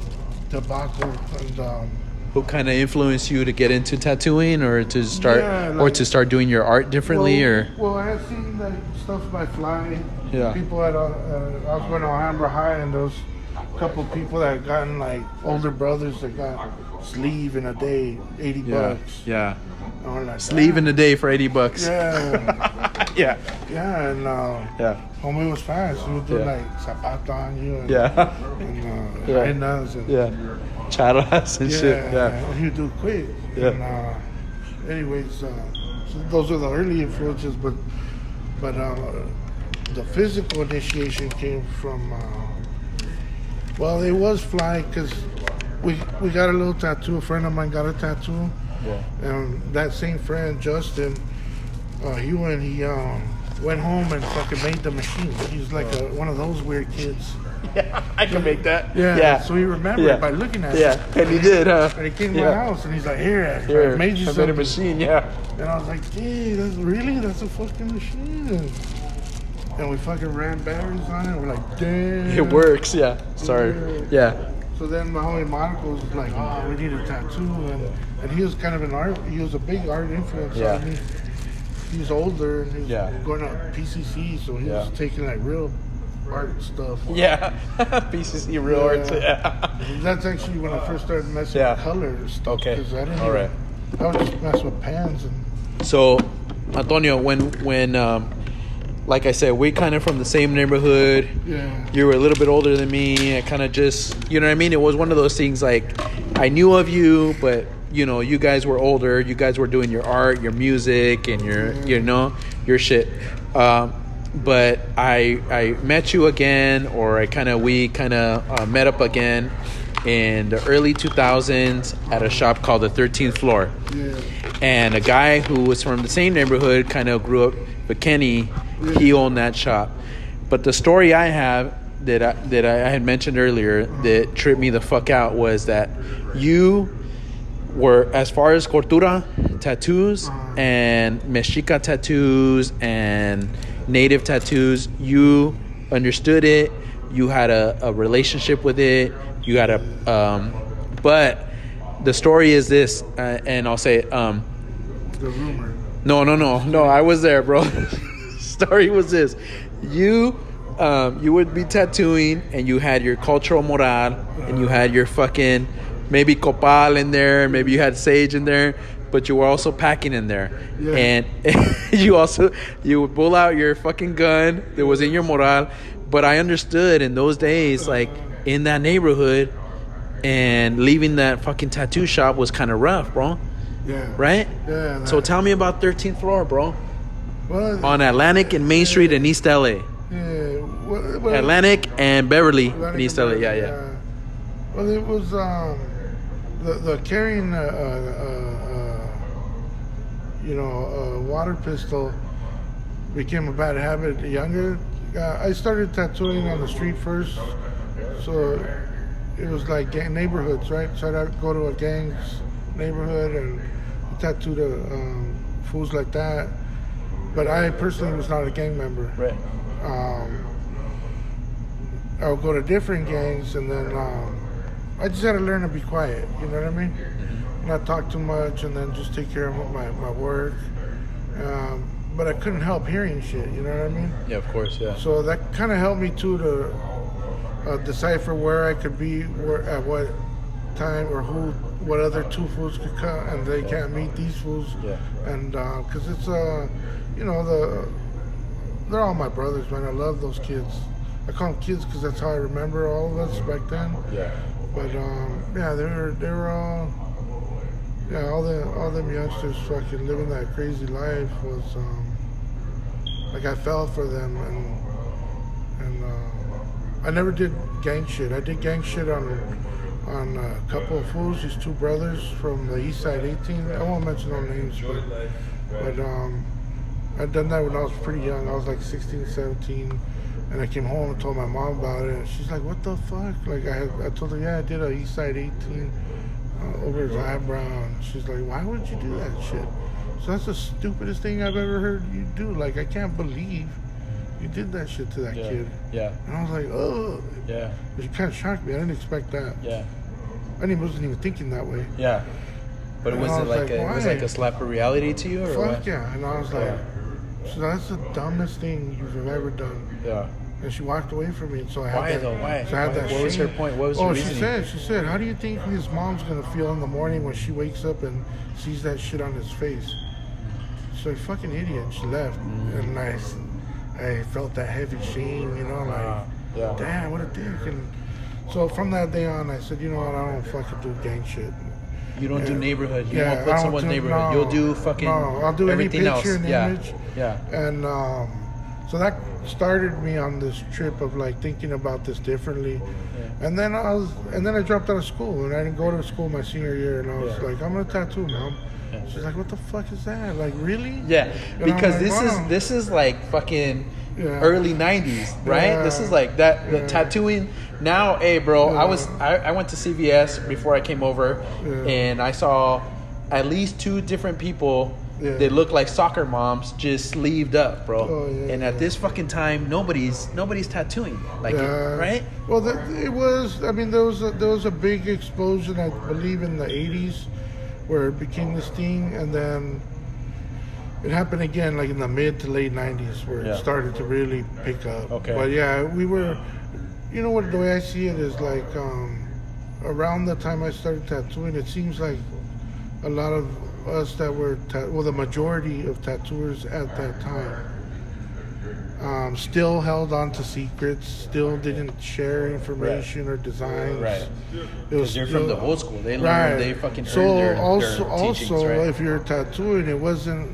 Speaker 1: debacle and um,
Speaker 2: Who kind of influenced you to get into tattooing, or to start,
Speaker 1: Yeah,
Speaker 2: or
Speaker 1: like-
Speaker 2: to start doing your art differently,
Speaker 1: well,
Speaker 2: or
Speaker 1: well, I had seen like stuff by Fly.
Speaker 2: Yeah.
Speaker 1: People at uh, uh, I was going to Alhambra High, and those couple people that had gotten like older brothers that got sleeve in a day, eighty
Speaker 2: yeah,
Speaker 1: bucks.
Speaker 2: yeah,
Speaker 1: And I'm like,
Speaker 2: sleeve in a day for eighty bucks.
Speaker 1: Yeah,
Speaker 2: yeah,
Speaker 1: yeah, and uh,
Speaker 2: yeah,
Speaker 1: homie was fast. He would do
Speaker 2: Yeah.
Speaker 1: like zapato on you and,
Speaker 2: yeah,
Speaker 1: and uh,
Speaker 2: Yeah.
Speaker 1: hennas and
Speaker 2: yeah. Charlas and
Speaker 1: yeah,
Speaker 2: shit. Yeah,
Speaker 1: and he would do it quick.
Speaker 2: Yeah.
Speaker 1: And, uh, anyways, uh, so those are the early influences, but but uh, the physical initiation came from. Uh, well, it was fly because we we got a little tattoo. A friend of mine got a tattoo,
Speaker 2: yeah,
Speaker 1: and that same friend Justin, uh, he went he um, went home and fucking made the machine. He was like a, one of those weird kids.
Speaker 2: yeah. I can make that.
Speaker 1: Yeah.
Speaker 2: yeah,
Speaker 1: So he remembered
Speaker 2: Yeah.
Speaker 1: by looking at it.
Speaker 2: yeah. And he did, huh?
Speaker 1: And he came to
Speaker 2: Yeah.
Speaker 1: my house and he's like, "Here, I
Speaker 2: Here,
Speaker 1: made you
Speaker 2: I
Speaker 1: something."
Speaker 2: made a machine. Yeah,
Speaker 1: And I was like, "Gee, that's really that's a fucking machine." And, and we fucking ran batteries on it. We're like, "Damn."
Speaker 2: it works. Yeah. Sorry. Yeah.
Speaker 1: So then my homie Monaco was like, "Oh, we need a tattoo," and, and he was kind of an art. He was a big art influence
Speaker 2: Yeah.
Speaker 1: on me. He was older and he was
Speaker 2: Yeah.
Speaker 1: going to PCC, so he
Speaker 2: Yeah.
Speaker 1: was taking like real art stuff.
Speaker 2: Yeah. PCC real arts. Yeah.
Speaker 1: That's actually when I first started messing
Speaker 2: Yeah.
Speaker 1: with colors. Stuff,
Speaker 2: Okay.
Speaker 1: 'cause I didn't
Speaker 2: All
Speaker 1: even-
Speaker 2: right.
Speaker 1: I would just mess with pans and.
Speaker 2: So, Antonio, when when um, like I said, we kind of from the same neighborhood.
Speaker 1: Yeah.
Speaker 2: You were a little bit older than me. I kind of just, you know what I mean. It was one of those things like I knew of you, but you know, you guys were older. You guys were doing your art, your music, and your you know your shit. Um, but I I met you again, or I kind of we kind of uh, met up again in the early 2000s at a shop called the 13th Floor
Speaker 1: Yeah.
Speaker 2: and a guy who was from the same neighborhood kind of grew up McKinney. He owned that shop. But the story I have that I, that I had mentioned earlier that tripped me the fuck out was that you were as far as cortura tattoos and mexica tattoos and native tattoos you understood it you had a, a relationship with it you had a um, but the story is this uh, and i'll say it, um,
Speaker 1: The rumor.
Speaker 2: no, no, no, no. I was there, bro. Story was this: you, um, you would be tattooing, and you had your cultural moral, and you had your fucking maybe copal in there, maybe you had sage in there, but you were also packing in there,
Speaker 1: Yeah.
Speaker 2: and you also you would pull out your fucking gun that was in your moral. But I understood in those days, like in that neighborhood, and leaving that fucking tattoo shop was kind of rough, bro.
Speaker 1: Yeah.
Speaker 2: Right?
Speaker 1: Yeah.
Speaker 2: So
Speaker 1: that-
Speaker 2: tell me about 13th floor, bro.
Speaker 1: well,
Speaker 2: On Atlantic and Main Street in East LA.
Speaker 1: yeah, well, well,
Speaker 2: Atlantic and Beverly
Speaker 1: Atlantic
Speaker 2: in East LA. Yeah,
Speaker 1: America,
Speaker 2: yeah.
Speaker 1: Well, it was um, the the carrying uh, uh, uh, you know a water pistol became a bad habit younger. Uh, I started tattooing on the street first, so it was like gang neighborhoods, right? So I'd go to a gang's neighborhood and tattoo the um, fools like that. But I personally was not a gang member
Speaker 2: Right.
Speaker 1: um, I would go to different gangs, and then um, I just had to learn to be quiet. You know what I mean? Not talk too much, and then just take care of my my work. Um, but I couldn't help hearing shit. You know what I mean?
Speaker 2: Yeah, of course, yeah.
Speaker 1: So that kind of helped me too to uh, decipher where I could be, where at what time, or who, what other two fools could come, and they can't meet these fools.
Speaker 2: Yeah.
Speaker 1: And because it's uh, you know the they're all my brothers, man. I love those kids. I call them kids because that's how I remember all of us back then.
Speaker 2: Yeah.
Speaker 1: But um, yeah, they were they were all yeah all the all them youngsters fucking living that crazy life was um, like I fell for them and and uh, I never did gang shit. I did gang shit on on a couple of fools. These two brothers from the East Side 18. I won't mention no names, but but um, I done that when I was pretty young. I was like 16, 17. And I came home and told my mom about it, and she's like, "What the fuck?" Like I, had, I told her, "Yeah, I did a East Side 18." uh, over his eyebrow. And she's like, "Why would you do that shit?" So that's the stupidest thing I've ever heard you do. Like, I can't believe you did that shit to that
Speaker 3: Yeah.
Speaker 1: kid.
Speaker 3: Yeah.
Speaker 1: And I was like, "Oh,"
Speaker 3: Yeah.
Speaker 1: it kind of shocked me. I didn't expect that.
Speaker 3: Yeah.
Speaker 1: I didn't, wasn't even thinking that way.
Speaker 3: Yeah. But
Speaker 1: And
Speaker 3: was
Speaker 1: I
Speaker 3: it
Speaker 1: was
Speaker 3: like,
Speaker 1: like,
Speaker 3: a, it was like
Speaker 1: why?
Speaker 3: a slap of reality to you or
Speaker 1: Fuck
Speaker 3: what?
Speaker 1: yeah! And I was like, "So that's the dumbest thing you've ever done."
Speaker 3: Yeah.
Speaker 1: And she walked away from me, and so I had
Speaker 3: Why,
Speaker 1: that.
Speaker 3: though? Why?
Speaker 1: So I had
Speaker 3: Why-
Speaker 1: that
Speaker 3: what was
Speaker 1: shame.
Speaker 3: her point? What was
Speaker 1: oh,
Speaker 3: her
Speaker 1: she
Speaker 3: reasoning?
Speaker 1: said, she said, how do you think his mom's gonna feel in the morning when she wakes up and sees that shit on his face? So fucking idiot. She left,
Speaker 3: Mm.
Speaker 1: and I, s- I felt that heavy shame, you know, like,
Speaker 3: Wow. Yeah.
Speaker 1: damn, what a dick. And so from that day on, I said, you know what? I don't fucking do gang shit.
Speaker 3: You don't do
Speaker 1: Yeah.
Speaker 3: neighborhood. You
Speaker 1: Yeah,
Speaker 3: won't
Speaker 1: I
Speaker 3: put
Speaker 1: don't
Speaker 3: someone's
Speaker 1: do-
Speaker 3: neighborhood.
Speaker 1: no,
Speaker 3: You'll do fucking
Speaker 1: no, I'll do any
Speaker 3: everything
Speaker 1: picture
Speaker 3: else.
Speaker 1: and
Speaker 3: yeah.
Speaker 1: image.
Speaker 3: Yeah.
Speaker 1: And um, so that started me on this trip of like thinking about this differently. And then I was, and then I dropped out of school, and I didn't go to school my senior year. And I was
Speaker 3: Yeah.
Speaker 1: like, I'm gonna tattoo, mom. She's like, What the fuck is that? Like, really?
Speaker 3: Yeah,
Speaker 1: And I'm
Speaker 3: because
Speaker 1: like,
Speaker 3: this
Speaker 1: wow.
Speaker 3: is this is like fucking
Speaker 1: Yeah.
Speaker 3: early '90s, right? This
Speaker 1: Yeah.
Speaker 3: is like that the
Speaker 1: Yeah.
Speaker 3: tattooing now. Hey, bro, I
Speaker 1: Yeah.
Speaker 3: was I, I went to CVS before I came over,
Speaker 1: Yeah.
Speaker 3: and I saw at least two different people.
Speaker 1: Yeah.
Speaker 3: They look like soccer moms, just sleeved up, bro.
Speaker 1: Oh, yeah,
Speaker 3: and at
Speaker 1: yeah.
Speaker 3: this fucking time, nobody's nobody's tattooing, like,
Speaker 1: Yeah.
Speaker 3: right?
Speaker 1: Well, the, it was. I mean, there was a, there was a big explosion, I believe, in the '80s, where it became this thing, and then it happened again, like in the mid to late '90s, where
Speaker 3: Yeah.
Speaker 1: it started to really pick up.
Speaker 3: Okay.
Speaker 1: But yeah, we were. You know what? The way I see it is like um, around the time I started tattooing, it seems like a lot of us that were ta- well, the majority of tattooers at that time um, still held on to secrets, still didn't share information or designs.
Speaker 3: Right.
Speaker 1: It was
Speaker 3: Because you're from
Speaker 1: still-
Speaker 3: the old school. They learn.
Speaker 1: Right.
Speaker 3: They fucking
Speaker 1: so
Speaker 3: earn their, their
Speaker 1: also
Speaker 3: teachings,
Speaker 1: also
Speaker 3: right?
Speaker 1: if you're tattooing, it wasn't.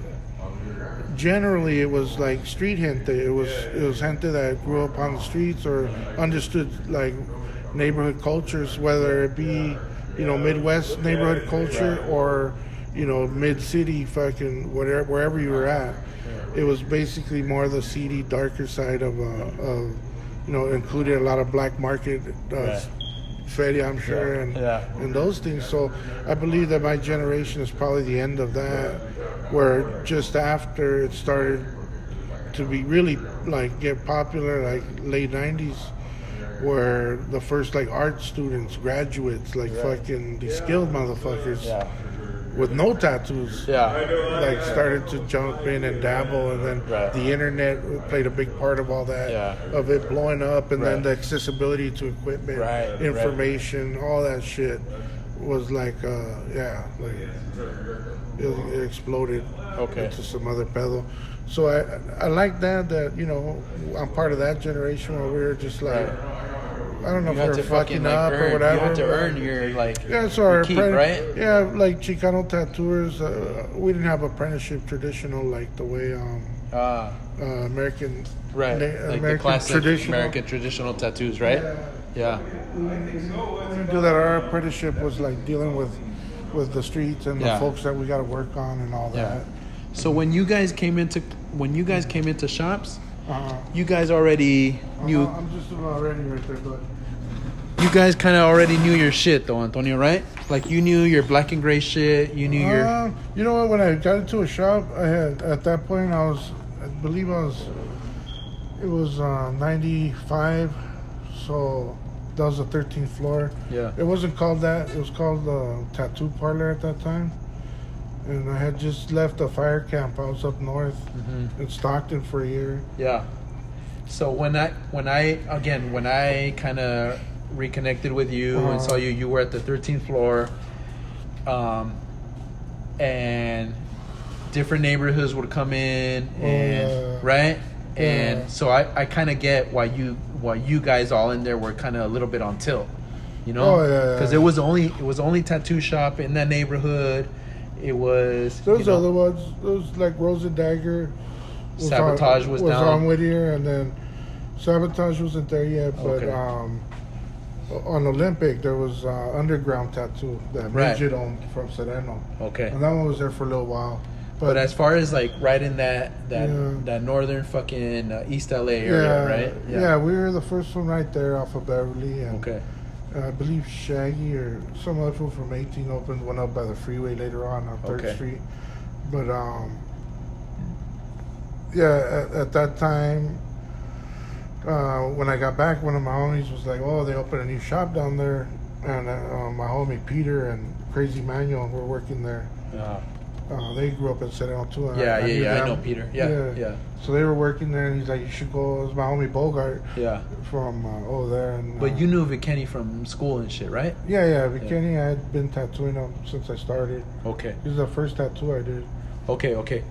Speaker 1: Generally, it was like street gente. It was it was gente that grew up on the streets or understood like neighborhood cultures, whether it be you know Midwest neighborhood culture or you know mid city fucking whatever wherever you were at. It was basically more the seedy, darker side of uh, of you know included a lot of black market uh,
Speaker 3: Right.
Speaker 1: feria, I'm sure, and
Speaker 3: Yeah.
Speaker 1: and those things. So I believe that my generation is probably the end of that, where just after it started to be really like get popular, like late '90s, where the first like art students, graduates, like fucking these skilled motherfuckers
Speaker 3: yeah,
Speaker 1: with no tattoos,
Speaker 3: yeah,
Speaker 1: like started to jump in and dabble, and then
Speaker 3: Right.
Speaker 1: the internet played a big part of all that,
Speaker 3: Yeah.
Speaker 1: of it blowing up, and
Speaker 3: Right.
Speaker 1: then the accessibility to equipment,
Speaker 3: Right, right.
Speaker 1: information, all that shit was like, uh, yeah, like it, it exploded
Speaker 3: Okay.
Speaker 1: into some other pedal. So I, I like that that you know I'm part of that generation where we were just like. I don't know
Speaker 3: you
Speaker 1: if
Speaker 3: have
Speaker 1: we
Speaker 3: to
Speaker 1: are fucking,
Speaker 3: fucking
Speaker 1: up
Speaker 3: like earn.
Speaker 1: or whatever.
Speaker 3: You have to
Speaker 1: but-
Speaker 3: earn your like
Speaker 1: yeah, so
Speaker 3: your
Speaker 1: our
Speaker 3: keep,
Speaker 1: appren-
Speaker 3: right?
Speaker 1: Yeah, like Chicano tattooers, uh, we didn't have apprenticeship traditional like the way um,
Speaker 3: Ah,
Speaker 1: uh, American
Speaker 3: right.
Speaker 1: na-
Speaker 3: like the
Speaker 1: American
Speaker 3: classic
Speaker 1: traditional.
Speaker 3: American traditional tattoos, right? Yeah.
Speaker 1: We didn't do that. Our apprenticeship was like dealing with with the streets and
Speaker 3: Yeah.
Speaker 1: the folks that we got to work on and all
Speaker 3: Yeah.
Speaker 1: that.
Speaker 3: So when you guys came into when you guys came into shops,
Speaker 1: Uh,
Speaker 3: you guys already knew
Speaker 1: I'm just about ready right there, but
Speaker 3: you guys kind of already knew your shit though, Antonio, right? Like you knew your black and gray shit, you knew your
Speaker 1: Um, you know what? When I got into a shop, I had at that point I was, I believe I was, it was uh, ninety five, so that was the thirteenth floor.
Speaker 3: Yeah.
Speaker 1: It wasn't called that. It was called the tattoo parlor at that time. And I had just left a fire camp. I was up north
Speaker 3: Mm-hmm.
Speaker 1: in Stockton for a year.
Speaker 3: Yeah. So when I when I again when I kind of reconnected with you and saw you, you were at the 13th floor, um, and different neighborhoods would come in
Speaker 1: Oh.
Speaker 3: and
Speaker 1: Yeah.
Speaker 3: right. And
Speaker 1: Yeah.
Speaker 3: so I, I kind of get why you why you guys all in there were kind of a little bit on tilt, you know,
Speaker 1: Oh, yeah, yeah,
Speaker 3: because
Speaker 1: yeah.
Speaker 3: it was the only it was the only tattoo shop in that neighborhood. It was
Speaker 1: There's
Speaker 3: you know,
Speaker 1: other ones. There's like Rose and Dagger. was
Speaker 3: Sabotage
Speaker 1: on,
Speaker 3: was
Speaker 1: was
Speaker 3: down.
Speaker 1: on Whittier, and then Sabotage wasn't there yet. But
Speaker 3: Okay.
Speaker 1: um, on Olympic, there was uh, Underground Tattoo that
Speaker 3: Right.
Speaker 1: Midget owned from Sereno,
Speaker 3: okay.
Speaker 1: and that one was there for a little while.
Speaker 3: Oh,
Speaker 1: But,
Speaker 3: But as far as like right in that that
Speaker 1: Yeah.
Speaker 3: that northern fucking uh, East LA
Speaker 1: yeah,
Speaker 3: area, right?
Speaker 1: yeah, we were the first one right there off of Beverly, and
Speaker 3: Okay.
Speaker 1: Uh, I believe Shaggy or some other fool from 18 opened one up by the freeway later on on Third
Speaker 3: Okay.
Speaker 1: Street. But um, yeah, at, at that time, uh, when I got back, one of my homies was like, "Oh, they opened a new shop down there," and uh, uh, my homie Peter and Crazy Manuel were working there.
Speaker 3: Uh,
Speaker 1: Uh, they grew up in San Antonio. and
Speaker 3: yeah, yeah,
Speaker 1: knew
Speaker 3: yeah. I
Speaker 1: them.
Speaker 3: know Peter. Yeah, yeah,
Speaker 1: So they were working there, and he's like, "You should go." It was my homie Bogart
Speaker 3: yeah.
Speaker 1: from uh, over there. And, uh,
Speaker 3: But you knew Vikenny from school and shit, right?
Speaker 1: Yeah, yeah, Bikini. I had been tattooing him since I started.
Speaker 3: Okay.
Speaker 1: This is the first tattoo I did.
Speaker 3: Okay, okay.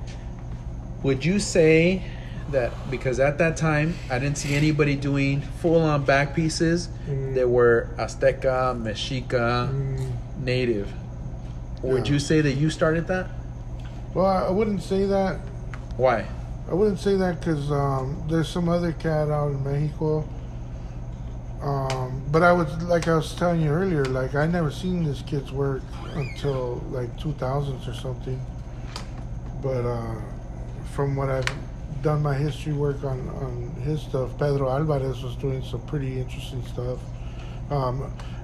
Speaker 3: Would you say that because at that time I didn't see anybody doing full on back pieces?
Speaker 1: Mm.
Speaker 3: They were Azteca, Mexica,
Speaker 1: Mm,
Speaker 3: Native. Would
Speaker 1: Yeah.
Speaker 3: you say that you started that?
Speaker 1: well, I I wouldn't say that.
Speaker 3: Why?
Speaker 1: I wouldn't say that because um, there's some other cat out in Mexico. Um, but I was like I was telling you earlier, like I never seen this kid's work until like 2000s or something. But uh, from what I've done my history work on, on his stuff, Pedro Alvarez was doing some pretty interesting stuff. Um,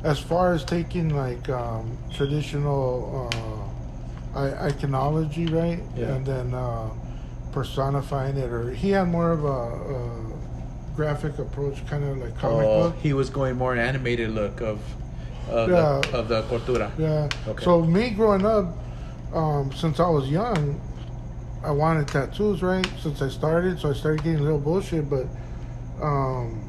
Speaker 1: as far as taking like um, traditional uh, I- iconology, right,
Speaker 3: Yeah.
Speaker 1: and then uh, personifying it, or he had more of a, a graphic approach, kind of like comic
Speaker 3: Oh,
Speaker 1: book.
Speaker 3: he was going more an animated look of of, the,
Speaker 1: Yeah.
Speaker 3: of the cortura.
Speaker 1: Yeah.
Speaker 3: Okay.
Speaker 1: So me growing up, um, since I was young, I wanted tattoos, right? Since I started, so I started getting a little bullshit, but um,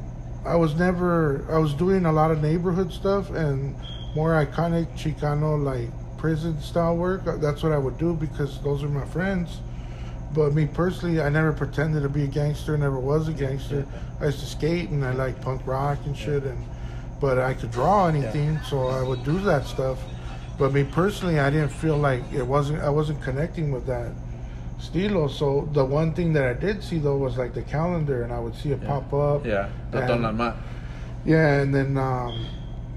Speaker 1: I was never. I was doing a lot of neighborhood stuff and more iconic Chicano like prison style work. That's what I would do because those are my friends. But me personally, I never pretended to be a gangster. Never was a gangster. I used to skate and I like punk rock and shit. And but I could draw anything, so I would do that stuff. But me personally, I didn't feel like it wasn't. I wasn't connecting with that stilo. So the one thing that I did see though was like the calendar, and I would see it pop up.
Speaker 3: Yeah, the
Speaker 1: And-
Speaker 3: Don Lamar.
Speaker 1: Yeah, and then um,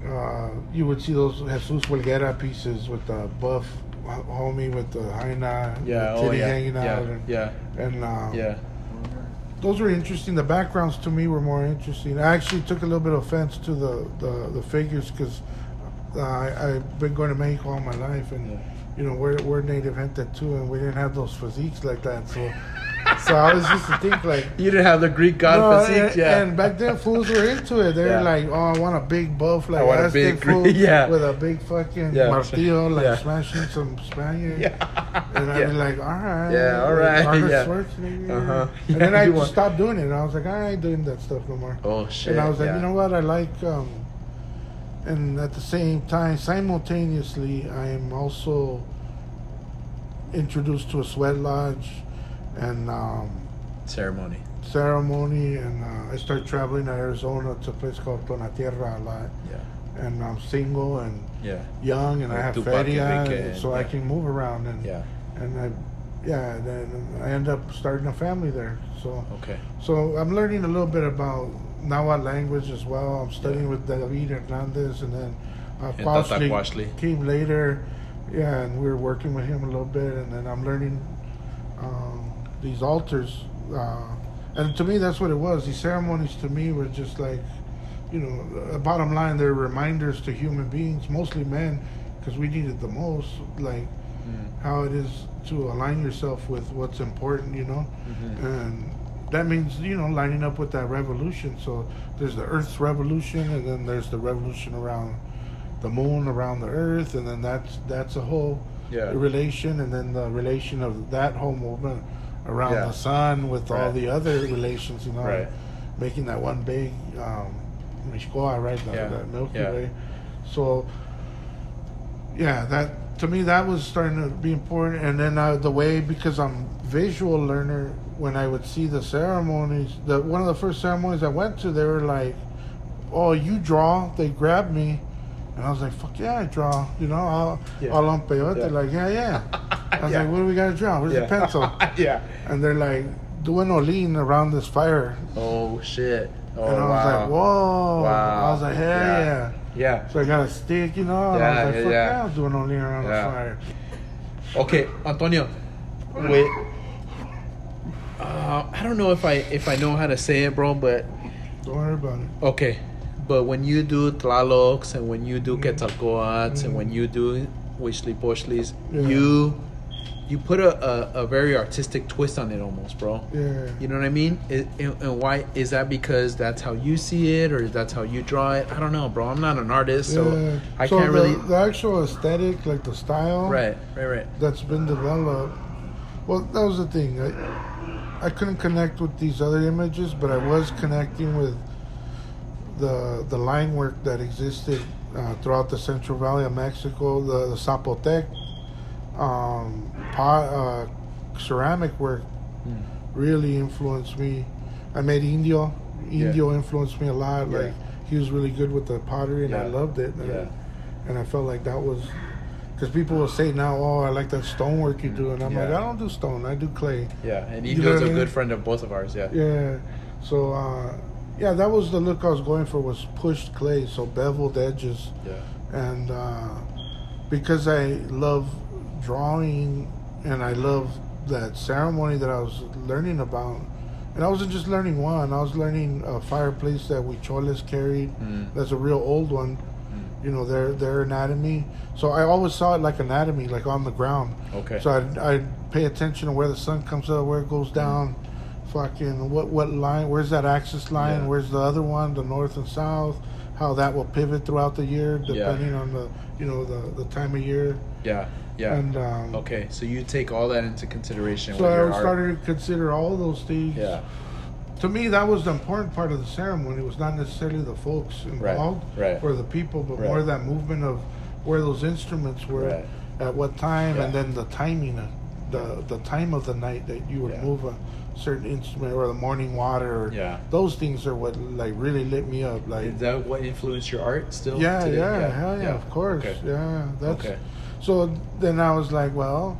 Speaker 1: uh, you would see those Jesus Huelguera pieces with the buff h- homie with the hyena,
Speaker 3: Yeah,
Speaker 1: the
Speaker 3: oh
Speaker 1: titty
Speaker 3: yeah,
Speaker 1: hanging out,
Speaker 3: yeah,
Speaker 1: and,
Speaker 3: yeah,
Speaker 1: and um,
Speaker 3: yeah.
Speaker 1: those were interesting. The backgrounds to me were more interesting. I actually took a little bit of offense to the the, the figures because uh, I- I've been going to Mexico all my life, and
Speaker 3: Yeah.
Speaker 1: you know we're we're native gente too, and we didn't have those physiques like that. So, so I was used to think like.
Speaker 3: You didn't have the Greek god
Speaker 1: No,
Speaker 3: physique,
Speaker 1: and,
Speaker 3: yeah.
Speaker 1: and back then fools were into it. They're
Speaker 3: Yeah.
Speaker 1: like, "Oh, I want a big buff like
Speaker 3: want a
Speaker 1: Aztec
Speaker 3: big-
Speaker 1: fool
Speaker 3: yeah.
Speaker 1: with a big fucking
Speaker 3: Yeah.
Speaker 1: martillo, like
Speaker 3: Yeah.
Speaker 1: smashing some Spaniard." And I'd
Speaker 3: Yeah.
Speaker 1: be like, all right.
Speaker 3: Yeah, all right,
Speaker 1: Arnold
Speaker 3: yeah.
Speaker 1: Schwarzenegger.
Speaker 3: Uh-huh.
Speaker 1: And then
Speaker 3: Yeah,
Speaker 1: I
Speaker 3: you
Speaker 1: just
Speaker 3: want-
Speaker 1: stopped doing it. And I was like, I ain't doing that stuff no more.
Speaker 3: oh shit!
Speaker 1: and I was like,
Speaker 3: yeah.
Speaker 1: you know what? I like, um, and at the same time, simultaneously, I am also introduced to a sweat lodge and um,
Speaker 3: ceremony.
Speaker 1: ceremony. And uh, I started traveling to Arizona to a place called Tonatierra a lot.
Speaker 3: Yeah,
Speaker 1: And I'm single and
Speaker 3: yeah,
Speaker 1: young and I
Speaker 3: Like
Speaker 1: have
Speaker 3: Tupac
Speaker 1: fatty eyes,
Speaker 3: Enrique,
Speaker 1: so I
Speaker 3: yeah.
Speaker 1: can move around. And
Speaker 3: yeah.
Speaker 1: and I, yeah, then I end up starting a family there. So,
Speaker 3: Okay.
Speaker 1: so I'm learning a little bit about Nahuatl language as well. I'm studying with David Hernandez, and then uh,
Speaker 3: And Tata
Speaker 1: Quashley
Speaker 3: Quashley.
Speaker 1: came later. Yeah, and we were working with him a little bit, and then I'm learning um, these altars. Uh, and to me, that's what it was. These ceremonies to me were just like, you know, uh, bottom line, they're reminders to human beings, mostly men, because we need it the most. Like
Speaker 3: Mm.
Speaker 1: how it is to align yourself with what's important, you know,
Speaker 3: Mm-hmm.
Speaker 1: and that means you know lining up with that revolution. So there's the Earth's revolution, and then there's the revolution around the moon, around the Earth, and then that's that's a whole
Speaker 3: Yeah.
Speaker 1: relation, and then the relation of that whole movement around
Speaker 3: Yeah.
Speaker 1: the sun with all
Speaker 3: Right.
Speaker 1: the other relations, you know,
Speaker 3: Right.
Speaker 1: making that one big um, Mishkoa, right? The,
Speaker 3: Yeah.
Speaker 1: the Milky
Speaker 3: Yeah.
Speaker 1: Way. So yeah, that to me that was starting to be important. And then uh, the way because I'm visual learner, when I would see the ceremonies, the one of the first ceremonies I went to, they were like, "Oh, you draw." They grabbed me, and I was like, "Fuck yeah, I draw." You know, all
Speaker 3: Yeah.
Speaker 1: all on peyote.
Speaker 3: Yeah.
Speaker 1: Like yeah, yeah. I was
Speaker 3: Yeah.
Speaker 1: like, "What do we gotta draw? Where's the
Speaker 3: Yeah.
Speaker 1: pencil?"
Speaker 3: yeah.
Speaker 1: and they're like, "Do an olin around this fire."
Speaker 3: Oh shit! Oh
Speaker 1: and I was
Speaker 3: wow!
Speaker 1: like, "Whoa!"
Speaker 3: Wow.
Speaker 1: I was like, "Hell
Speaker 3: Yeah.
Speaker 1: yeah.
Speaker 3: Yeah.
Speaker 1: So I got a stick, you know. and
Speaker 3: Yeah,
Speaker 1: I was like,
Speaker 3: yeah,
Speaker 1: fuck
Speaker 3: yeah.
Speaker 1: yeah. I was doing only around
Speaker 3: Yeah.
Speaker 1: the fire.
Speaker 3: Okay, Antonio. Wait. Uh, I don't know if I if I know how to say it, bro, but
Speaker 1: Don't worry about it.
Speaker 3: okay. But when you do Tlalocs and when you do Quetzalcoatl and when you do Huixlipochtlis,
Speaker 1: Yeah.
Speaker 3: you you put a, a, a very artistic twist on it almost, bro.
Speaker 1: Yeah.
Speaker 3: You know what I mean? It, and, and why is that? Because that's how you see it, or that's how you draw it. I don't know, bro. I'm not an artist, so
Speaker 1: Yeah.
Speaker 3: I
Speaker 1: So
Speaker 3: can't
Speaker 1: the,
Speaker 3: really.
Speaker 1: the actual aesthetic, like the style,
Speaker 3: Right, right, right.
Speaker 1: that's been developed. Well, that was the thing. I, I couldn't connect with these other images, but I was connecting with the the line work that existed uh, throughout the Central Valley of Mexico, the, the Zapotec um, pot, uh, ceramic work
Speaker 3: Hmm.
Speaker 1: really influenced me. I met Indio. Indio influenced me a lot.
Speaker 3: Yeah.
Speaker 1: Like he was really good with the pottery, and I
Speaker 3: Yeah.
Speaker 1: loved it. And,
Speaker 3: Yeah.
Speaker 1: and I felt like that was because people will say now, "Oh, I like that stonework you do," and I'm like,
Speaker 3: Yeah.
Speaker 1: "I don't do stone. I do clay."
Speaker 3: Yeah, and
Speaker 1: You
Speaker 3: Ego's
Speaker 1: know what
Speaker 3: a
Speaker 1: I mean?
Speaker 3: good friend of both of ours. Yeah.
Speaker 1: Yeah. So, uh, yeah, that was the look I was going for was pushed clay, so beveled edges,
Speaker 3: Yeah.
Speaker 1: and uh, because I love drawing and I love that ceremony that I was learning about. And I wasn't just learning one. I was learning a fireplace that we cholas carried.
Speaker 3: Mm.
Speaker 1: That's a real old one. You know their their anatomy. So I always saw it like anatomy, like on the ground.
Speaker 3: Okay. Mm-hmm.
Speaker 1: So I'd, I'd pay attention to where the sun comes up, where it goes down, fucking what what line, where's that axis line,
Speaker 3: Yeah.
Speaker 1: where's the other one, the north and south, how that will pivot throughout the year
Speaker 3: Yeah.
Speaker 1: depending on the you know the, the time of year.
Speaker 3: yeah. Yeah.
Speaker 1: And um,
Speaker 3: okay, so you take all that into consideration.
Speaker 1: so
Speaker 3: with
Speaker 1: I
Speaker 3: your art.
Speaker 1: started to consider all those things.
Speaker 3: Yeah.
Speaker 1: To me, that was the important part of the ceremony. It was not necessarily the folks involved
Speaker 3: right.
Speaker 1: or the people, but
Speaker 3: Right.
Speaker 1: more that movement of where those instruments were
Speaker 3: Right.
Speaker 1: at what time, and
Speaker 3: Yeah.
Speaker 1: then the timing, of- the the time of the night that you would
Speaker 3: Yeah.
Speaker 1: move a certain instrument or the morning water. Or
Speaker 3: Yeah.
Speaker 1: Those things are what like really lit me up. Like
Speaker 3: Is that what influenced your art still?
Speaker 1: yeah,
Speaker 3: today?
Speaker 1: yeah, hell yeah, of course.
Speaker 3: Okay.
Speaker 1: Yeah, that's
Speaker 3: Okay.
Speaker 1: so then I was like, well,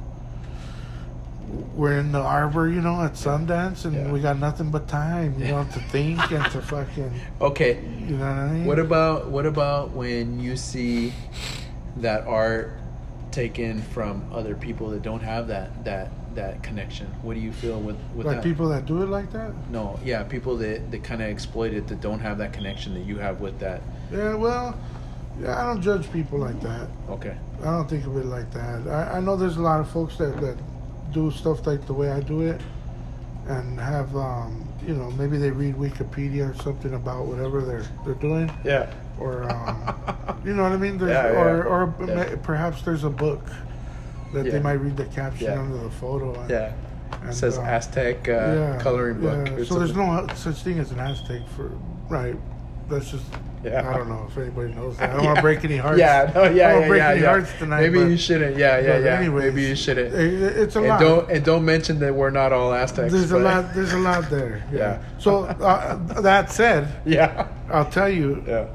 Speaker 1: we're in the arbor, you know, at Sundance, and
Speaker 3: Yeah.
Speaker 1: we got nothing but time, you know, to think and to fucking,
Speaker 3: Okay.
Speaker 1: you know what I mean?
Speaker 3: What about what about when you see that art taken from other people that don't have that that that connection? What do you feel with with
Speaker 1: like
Speaker 3: that?
Speaker 1: people that do it like that?
Speaker 3: no, yeah, people that that kind of exploit it that don't have that connection that you have with that.
Speaker 1: Yeah, well, yeah, I don't judge people like that.
Speaker 3: Okay.
Speaker 1: I don't think of it like that. I, I know there's a lot of folks that, that do stuff like the way I do it and have, um, you know, maybe they read Wikipedia or something about whatever they're, they're doing.
Speaker 3: Yeah.
Speaker 1: or um, you know what I mean? There's,
Speaker 3: Yeah, yeah.
Speaker 1: Or, or
Speaker 3: Yeah.
Speaker 1: ma- perhaps there's a book that
Speaker 3: Yeah.
Speaker 1: they might read the caption
Speaker 3: Yeah.
Speaker 1: under the photo. And,
Speaker 3: Yeah.
Speaker 1: and,
Speaker 3: It says
Speaker 1: uh,
Speaker 3: Aztec uh,
Speaker 1: yeah,
Speaker 3: coloring book.
Speaker 1: yeah.
Speaker 3: or
Speaker 1: So there's
Speaker 3: something.
Speaker 1: no such thing as an Aztec for right. That's just
Speaker 3: Yeah.
Speaker 1: I don't know if anybody knows that. I don't want
Speaker 3: Yeah.
Speaker 1: to break any hearts.
Speaker 3: Yeah, no,
Speaker 1: I
Speaker 3: yeah,
Speaker 1: don't
Speaker 3: yeah,
Speaker 1: break
Speaker 3: yeah,
Speaker 1: any
Speaker 3: yeah.
Speaker 1: hearts tonight.
Speaker 3: Maybe
Speaker 1: but,
Speaker 3: you shouldn't. Yeah, yeah,
Speaker 1: but
Speaker 3: yeah.
Speaker 1: anyways, eh,
Speaker 3: Maybe you shouldn't.
Speaker 1: it- it's a
Speaker 3: and
Speaker 1: lot.
Speaker 3: don't and don't mention that we're not all Aztecs.
Speaker 1: there's a
Speaker 3: but-
Speaker 1: lot. There's a lot there.
Speaker 3: Yeah.
Speaker 1: So uh, that said,
Speaker 3: Yeah.
Speaker 1: I'll tell you,
Speaker 3: Yeah.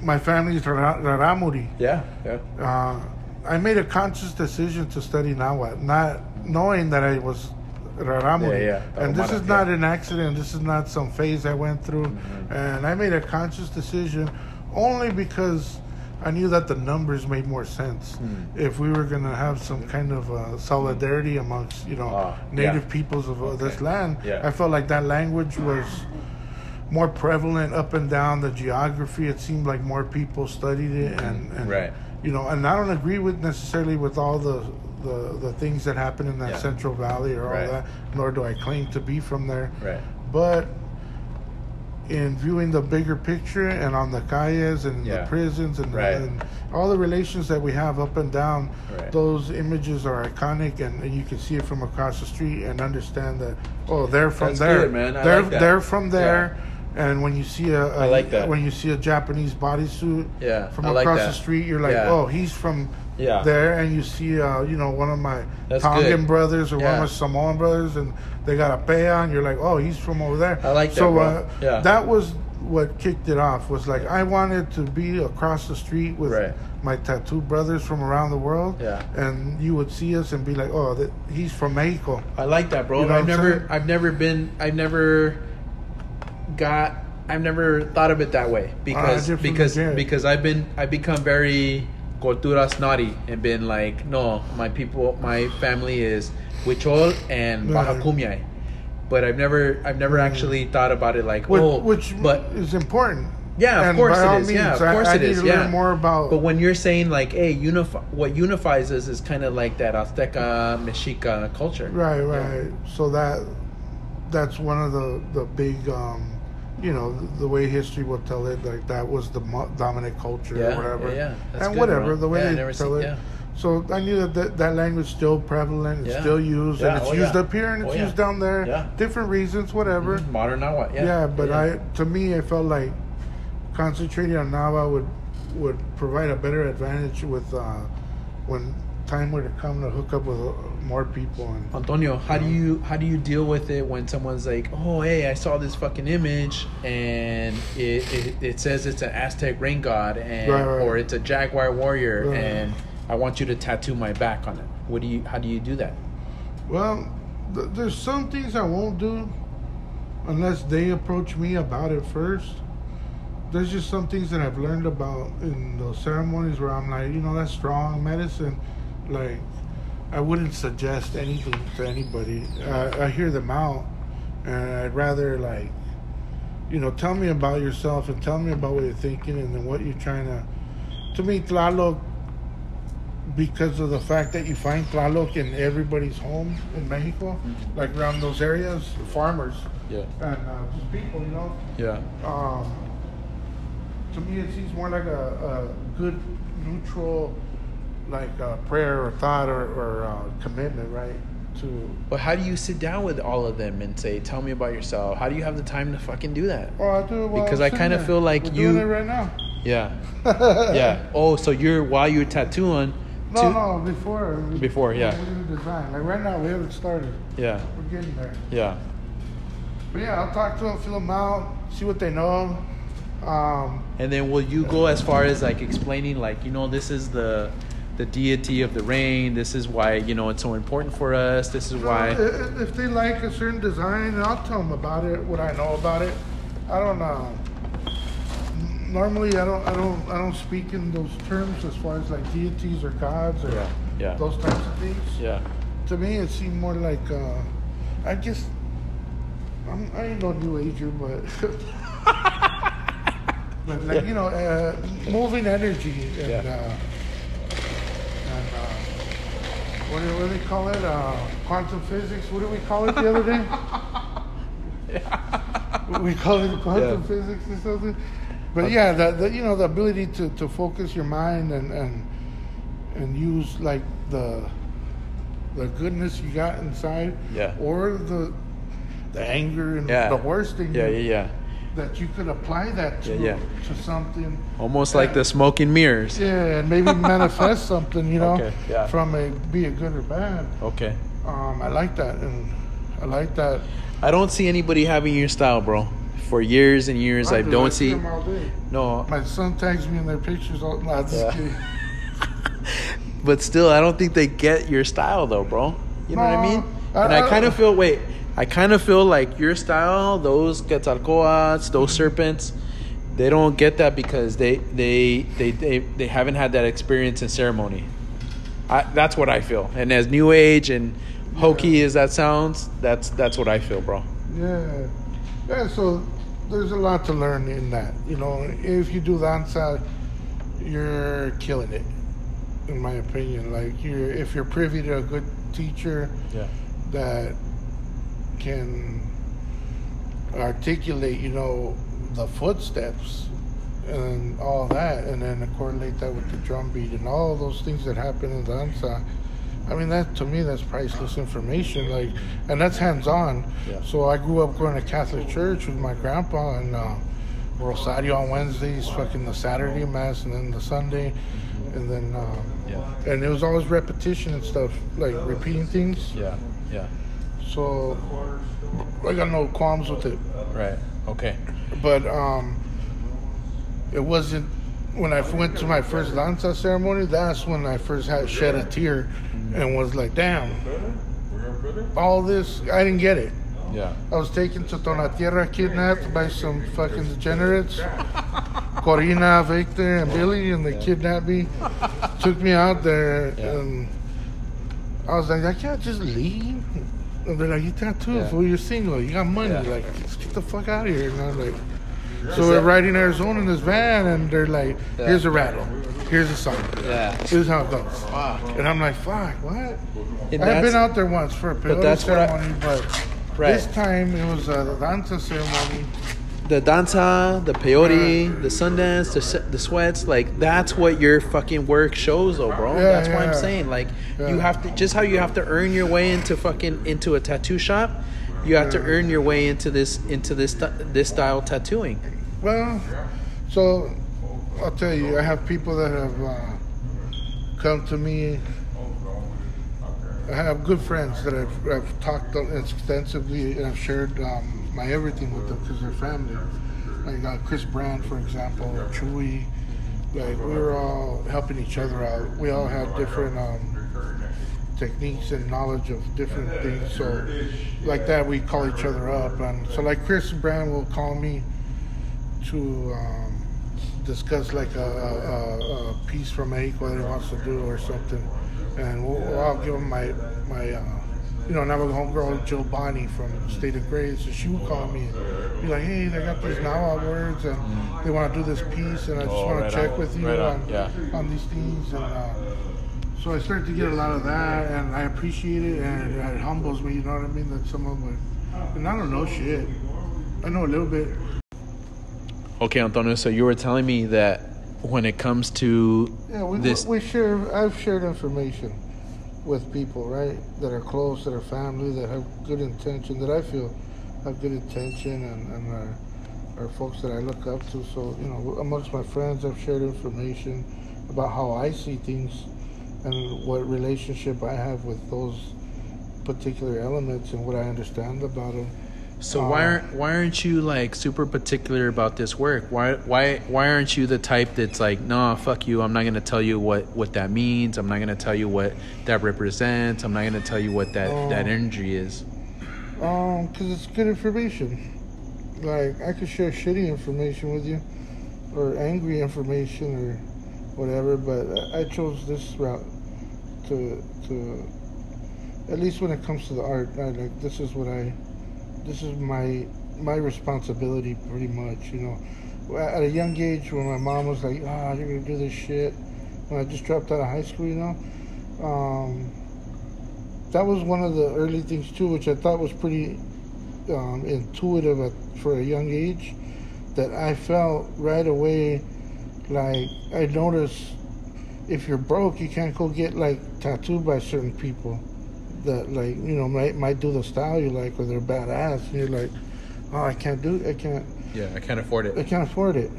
Speaker 1: my family's Ra- Raramuri.
Speaker 3: Yeah. Yeah.
Speaker 1: uh, I made a conscious decision to study Nahuatl, not knowing that I was Raramuri.
Speaker 3: Yeah, yeah.
Speaker 1: And this
Speaker 3: Tarahumara,
Speaker 1: is not
Speaker 3: yeah. Mm-hmm.
Speaker 1: an accident. This is not some phase I went through. And I made a conscious decision only because I knew that the numbers made more sense
Speaker 3: Hmm.
Speaker 1: if we were going to have some kind of uh, solidarity amongst, you know,
Speaker 3: Ah,
Speaker 1: native
Speaker 3: yeah.
Speaker 1: peoples of uh this land.
Speaker 3: Yeah.
Speaker 1: I felt like that language was more prevalent up and down the geography. It seemed like more people studied it, and, and
Speaker 3: Right.
Speaker 1: you know, and I don't agree with necessarily with all the the, the things that happen in that
Speaker 3: Yeah.
Speaker 1: Central Valley or
Speaker 3: Right.
Speaker 1: all that. Nor do I claim to be from there.
Speaker 3: Right.
Speaker 1: But in viewing the bigger picture and on the calles and
Speaker 3: Yeah.
Speaker 1: the prisons and,
Speaker 3: Right.
Speaker 1: and all the relations that we have up and down,
Speaker 3: Right.
Speaker 1: those images are iconic, and, and you can see it from across the street and understand that. Oh, they're from
Speaker 3: That's
Speaker 1: there,
Speaker 3: good, man. I
Speaker 1: they're
Speaker 3: like that.
Speaker 1: they're from there. And when you see a, a
Speaker 3: I like that.
Speaker 1: when you see a Japanese bodysuit
Speaker 3: Yeah,
Speaker 1: from
Speaker 3: I like
Speaker 1: across the
Speaker 3: that.
Speaker 1: street, you're like,
Speaker 3: Yeah.
Speaker 1: oh, he's from
Speaker 3: Yeah.
Speaker 1: there, and you see, uh, you know, one of my
Speaker 3: That's
Speaker 1: Tongan
Speaker 3: good.
Speaker 1: brothers or one of my
Speaker 3: Yeah.
Speaker 1: Samoan brothers, and they got a pay on. You're like, oh, he's from over there.
Speaker 3: I like that,
Speaker 1: So
Speaker 3: bro.
Speaker 1: uh,
Speaker 3: Yeah.
Speaker 1: that was what kicked it off. Was like I wanted to be across the street with
Speaker 3: Right.
Speaker 1: my tattoo brothers from around the world.
Speaker 3: Yeah.
Speaker 1: And you would see us and be like, oh, that, he's from Mexico.
Speaker 3: I like that, bro.
Speaker 1: You know
Speaker 3: I've
Speaker 1: what I'm
Speaker 3: never,
Speaker 1: saying?
Speaker 3: I've never been, I've never got, I've never thought of it that way because
Speaker 1: Ah, different
Speaker 3: because
Speaker 1: again.
Speaker 3: because I've been, I've become very cultura snotty and been like, no, my people, my family is Huichol and
Speaker 1: Yeah.
Speaker 3: Baja Cumbia, but I've never, I've never actually thought about it like,
Speaker 1: Which,
Speaker 3: oh,
Speaker 1: which
Speaker 3: but
Speaker 1: is important.
Speaker 3: Yeah, of
Speaker 1: And
Speaker 3: course
Speaker 1: by all
Speaker 3: it is. yeah,
Speaker 1: means,
Speaker 3: of
Speaker 1: I-
Speaker 3: course
Speaker 1: I
Speaker 3: it
Speaker 1: need
Speaker 3: is.
Speaker 1: to
Speaker 3: yeah.
Speaker 1: learn more about-
Speaker 3: But when you're saying like, hey, unify, what unifies us is kind of like that Azteca Mexica culture.
Speaker 1: Right, right. So that that's one of the the big, um, you know, the, the way history will tell it. Like that was the mo- dominant culture
Speaker 3: Yeah,
Speaker 1: or whatever,
Speaker 3: yeah, yeah. That's
Speaker 1: and
Speaker 3: good,
Speaker 1: whatever
Speaker 3: bro.
Speaker 1: the way
Speaker 3: Yeah, I
Speaker 1: they
Speaker 3: never
Speaker 1: tell
Speaker 3: seen-
Speaker 1: it.
Speaker 3: yeah.
Speaker 1: So I knew that, that that language is still prevalent, it's
Speaker 3: Yeah.
Speaker 1: still used,
Speaker 3: Yeah,
Speaker 1: and it's
Speaker 3: oh,
Speaker 1: used
Speaker 3: yeah.
Speaker 1: up here and it's
Speaker 3: Oh, yeah.
Speaker 1: used down there.
Speaker 3: Yeah.
Speaker 1: Different reasons, whatever.
Speaker 3: Modern Nahuatl. Yeah.
Speaker 1: Yeah, but I to me I felt like concentrating on Nava would would provide a better advantage with uh, when time were to come to hook up with uh, more people and
Speaker 3: Antonio, how do you how do you deal with it when someone's like, "Oh, hey, I saw this fucking image, and it it, it says it's an Aztec rain god, and
Speaker 1: Right, right.
Speaker 3: or it's a jaguar warrior,
Speaker 1: Right.
Speaker 3: and I want you to tattoo my back on it." What do you? How do you do that?
Speaker 1: Well, th- there's some things I won't do unless they approach me about it first. There's just some things that I've learned about in those ceremonies where I'm like, you know, that's strong medicine. Like, I wouldn't suggest anything to anybody. I, I hear them out, and I'd rather like, you know, tell me about yourself and tell me about what you're thinking and then what you're trying to. To me, Tlaloc because of the fact that you find Tlaloc in everybody's home in Mexico, like around those areas, farmers
Speaker 2: Yeah.
Speaker 1: and uh, just people, you know.
Speaker 2: Yeah.
Speaker 1: Um, to me, it seems more like a, a good, neutral, like uh, prayer or thought or, or uh, commitment, right? To
Speaker 3: But how do you sit down with all of them and say, "Tell me about yourself"? How do you have the time to fucking do that?
Speaker 1: oh, I do it while
Speaker 3: Because
Speaker 1: I'm
Speaker 3: I kinda
Speaker 1: sitting there.
Speaker 3: feel like
Speaker 1: We're
Speaker 3: you-
Speaker 1: doing it right now.
Speaker 3: Yeah, yeah. Oh, so you're while you're tattooing.
Speaker 1: No,
Speaker 3: to-
Speaker 1: no, before.
Speaker 3: Before, yeah.
Speaker 1: We're doing design. Like right now, we haven't started.
Speaker 3: Yeah,
Speaker 1: We're getting there.
Speaker 3: yeah,
Speaker 1: But yeah, I'll talk to them, feel them out, see what they know. Um,
Speaker 3: And then will you go as far as like explaining like you know this is the the deity of the rain. This is why you know it's so important for us. This is
Speaker 1: i-
Speaker 3: why.
Speaker 1: i- If they like a certain design, I'll tell them about it, what I know about it. I don't know. Normally, I don't, I don't, I don't speak in those terms as far as like deities or gods or
Speaker 3: Yeah, yeah.
Speaker 1: those types of things.
Speaker 3: Yeah,
Speaker 1: To me, it seemed more like uh, I just I'm, I ain't no new ager, but but like you know, uh, moving energy and
Speaker 3: Yeah.
Speaker 1: uh, and uh, what do, what do they call it? Uh, quantum physics. What did we call it the other day? we call it quantum
Speaker 3: Yeah.
Speaker 1: physics or something. But yeah, the, the you know the ability to, to focus your mind and and and use like the the goodness you got inside,
Speaker 3: Yeah.
Speaker 1: or the the anger and
Speaker 3: Yeah.
Speaker 1: the worst thing
Speaker 3: yeah, yeah, yeah.
Speaker 1: that you could apply that to
Speaker 3: Yeah,
Speaker 1: to something.
Speaker 3: Almost like the smoking mirrors.
Speaker 1: Yeah, and maybe manifest something, you know,
Speaker 3: Okay, yeah.
Speaker 1: from a be it good or bad.
Speaker 3: Okay.
Speaker 1: Um, I like that, and I like that.
Speaker 3: I don't see anybody having your style, bro. For years and years, I
Speaker 1: do,
Speaker 3: don't
Speaker 1: see
Speaker 3: see.
Speaker 1: them all day.
Speaker 3: No,
Speaker 1: My son tags me in their pictures. All, nah, just
Speaker 3: Yeah.
Speaker 1: kidding.
Speaker 3: but still, I don't think they get your style though, bro. You know what I
Speaker 1: No,
Speaker 3: mean?
Speaker 1: I-
Speaker 3: and I,
Speaker 1: I-
Speaker 3: kind of feel wait, I kind of feel like your style, those Quetzalcoatl, those serpents, they don't get that because they they they they, they haven't had that experience in ceremony. I, that's what I feel. And as new age and hokey as that sounds, that's that's what I feel, bro.
Speaker 1: Yeah. Yeah, so there's a lot to learn in that. You know, if you do danza, you're killing it, in my opinion. Like, you're, if you're privy to a good teacher
Speaker 3: Yeah.
Speaker 1: that can articulate, you know, the footsteps and all that, and then correlate that with the drum beat and all those things that happen in danza. I mean, that to me, that's priceless information. Like, and that's hands-on.
Speaker 3: Yeah.
Speaker 1: So I grew up going to Catholic church with my grandpa and uh, Rosario on Wednesdays, fucking the Saturday mass, and then the Sunday, and then. Uh,
Speaker 3: Yeah.
Speaker 1: And it was always repetition and stuff, like repeating things.
Speaker 3: Yeah. Yeah.
Speaker 1: So I got no qualms with it.
Speaker 3: Right. Okay.
Speaker 1: But um, it wasn't when I went to my first danza ceremony. That's when I first had shed a tear and was like, "Damn, all this I didn't get it."
Speaker 3: Yeah.
Speaker 1: I was taken to Donatierra, kidnapped by some fucking degenerates. Corina, Victor, and Billy, and they kidnapped me. Took me out there,
Speaker 3: Yeah.
Speaker 1: and I was like, I can't just leave. And they're like, you tattooed,
Speaker 3: Yeah.
Speaker 1: fool, you're single, you got money,
Speaker 3: Yeah.
Speaker 1: like, just get the fuck out of here. And I was like, So we're riding Arizona in this van, and they're like, "Here's a rattle, here's a song,
Speaker 2: Yeah.
Speaker 1: here's how it goes." And I'm like, "Fuck, what?"
Speaker 2: And
Speaker 1: I've
Speaker 2: that's-
Speaker 1: been out there once for a peyote
Speaker 2: that's what I-
Speaker 1: ceremony, but
Speaker 2: Right.
Speaker 1: this time it was a danza ceremony.
Speaker 2: the danza, the peyote, the sundance, the, se- the sweats, like that's what your fucking work shows, though, bro.
Speaker 1: Yeah,
Speaker 2: that's what I'm
Speaker 1: yeah.
Speaker 2: saying. Like
Speaker 1: Yeah.
Speaker 2: you have to just how you have to earn your way into fucking into a tattoo shop. You have to earn your way into this into this sti- this style tattooing.
Speaker 1: Well, so I'll tell you, I have people that have uh, come to me. I have good friends that I've, I've talked to extensively and I've shared um, my everything with them because they're family. Like uh, Chris Brand, for example, Chewy. Like we were all helping each other out. We all had different um, techniques and knowledge of different things. So, like that, we call each other up. And so, like Chris Brand will call me to um, discuss like a, a, a, a piece from Ake, what he wants to do or something, and we'll, I'll give him my my. Uh, you know, and I have a homegirl, Jill Bonnie from State of Grace, and she would call me and be like, hey, they got these now words, and they want to do this piece, and I just
Speaker 3: Oh,
Speaker 1: want
Speaker 3: right
Speaker 1: to check
Speaker 3: on.
Speaker 1: with you
Speaker 3: Right on.
Speaker 1: on,
Speaker 3: Yeah.
Speaker 1: on these things. And uh, so I started to get a lot of that, and I appreciate it, and it humbles me, you know what I mean, that someone would, and I don't know shit. I know a little bit,
Speaker 3: Okay, Antonio. So you were telling me that when it comes to
Speaker 1: Yeah, we,
Speaker 3: this,
Speaker 1: we share. I've shared information with people, right, that are close, that are family, that have good intention, that I feel have good intention, and, and are, are folks that I look up to. So you know, amongst my friends, I've shared information about how I see things and what relationship I have with those particular elements and what I understand about them.
Speaker 3: so why aren't why aren't you like super particular about this work? Why why why aren't you the type that's like, no, fuck you. I'm not gonna tell you what what that means. I'm not gonna tell you what that represents. I'm not gonna tell you what that that energy is.
Speaker 1: Um, 'cause it's good information. Like I could share shitty information with you, or angry information, or whatever. But I- I chose this route to to at least when it comes to the art. I like this is what I this is my my responsibility pretty much. You know, Well, at a young age when my mom was like, "Ah, you're gonna do this shit," when I just dropped out of high school, you know. Um, that was one of the early things too, which I thought was pretty um, intuitive at, for a young age. That I felt right away, like I noticed, if you're broke, you can't go get like tattooed by certain people that like you know might might do the style you like or they're badass, and you're like, oh, I can't do, I can't,
Speaker 3: Yeah, I can't afford
Speaker 1: I
Speaker 3: it.
Speaker 1: can't afford it,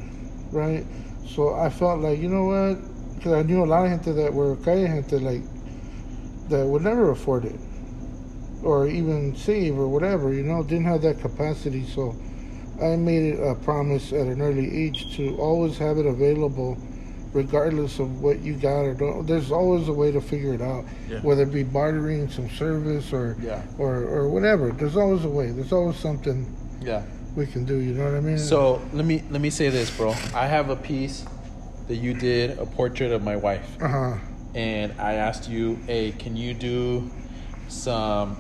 Speaker 1: right? So I felt like, you know what? Because I knew a lot of gente that were calle gente, like, that would never afford it or even save or whatever, you know, didn't have that capacity. So I made it a promise at an early age to always have it available regardless of what you got or don't. There's always a way to figure it out,
Speaker 3: Yeah.
Speaker 1: whether it be bartering some service or,
Speaker 3: Yeah.
Speaker 1: or, or whatever. There's always a way. There's always something
Speaker 3: Yeah.
Speaker 1: we can do, you know what I mean?
Speaker 3: So let me let me say this, bro. I have a piece that you did a portrait of my wife.
Speaker 1: uh-huh.
Speaker 3: and I asked you, "Hey, can you do some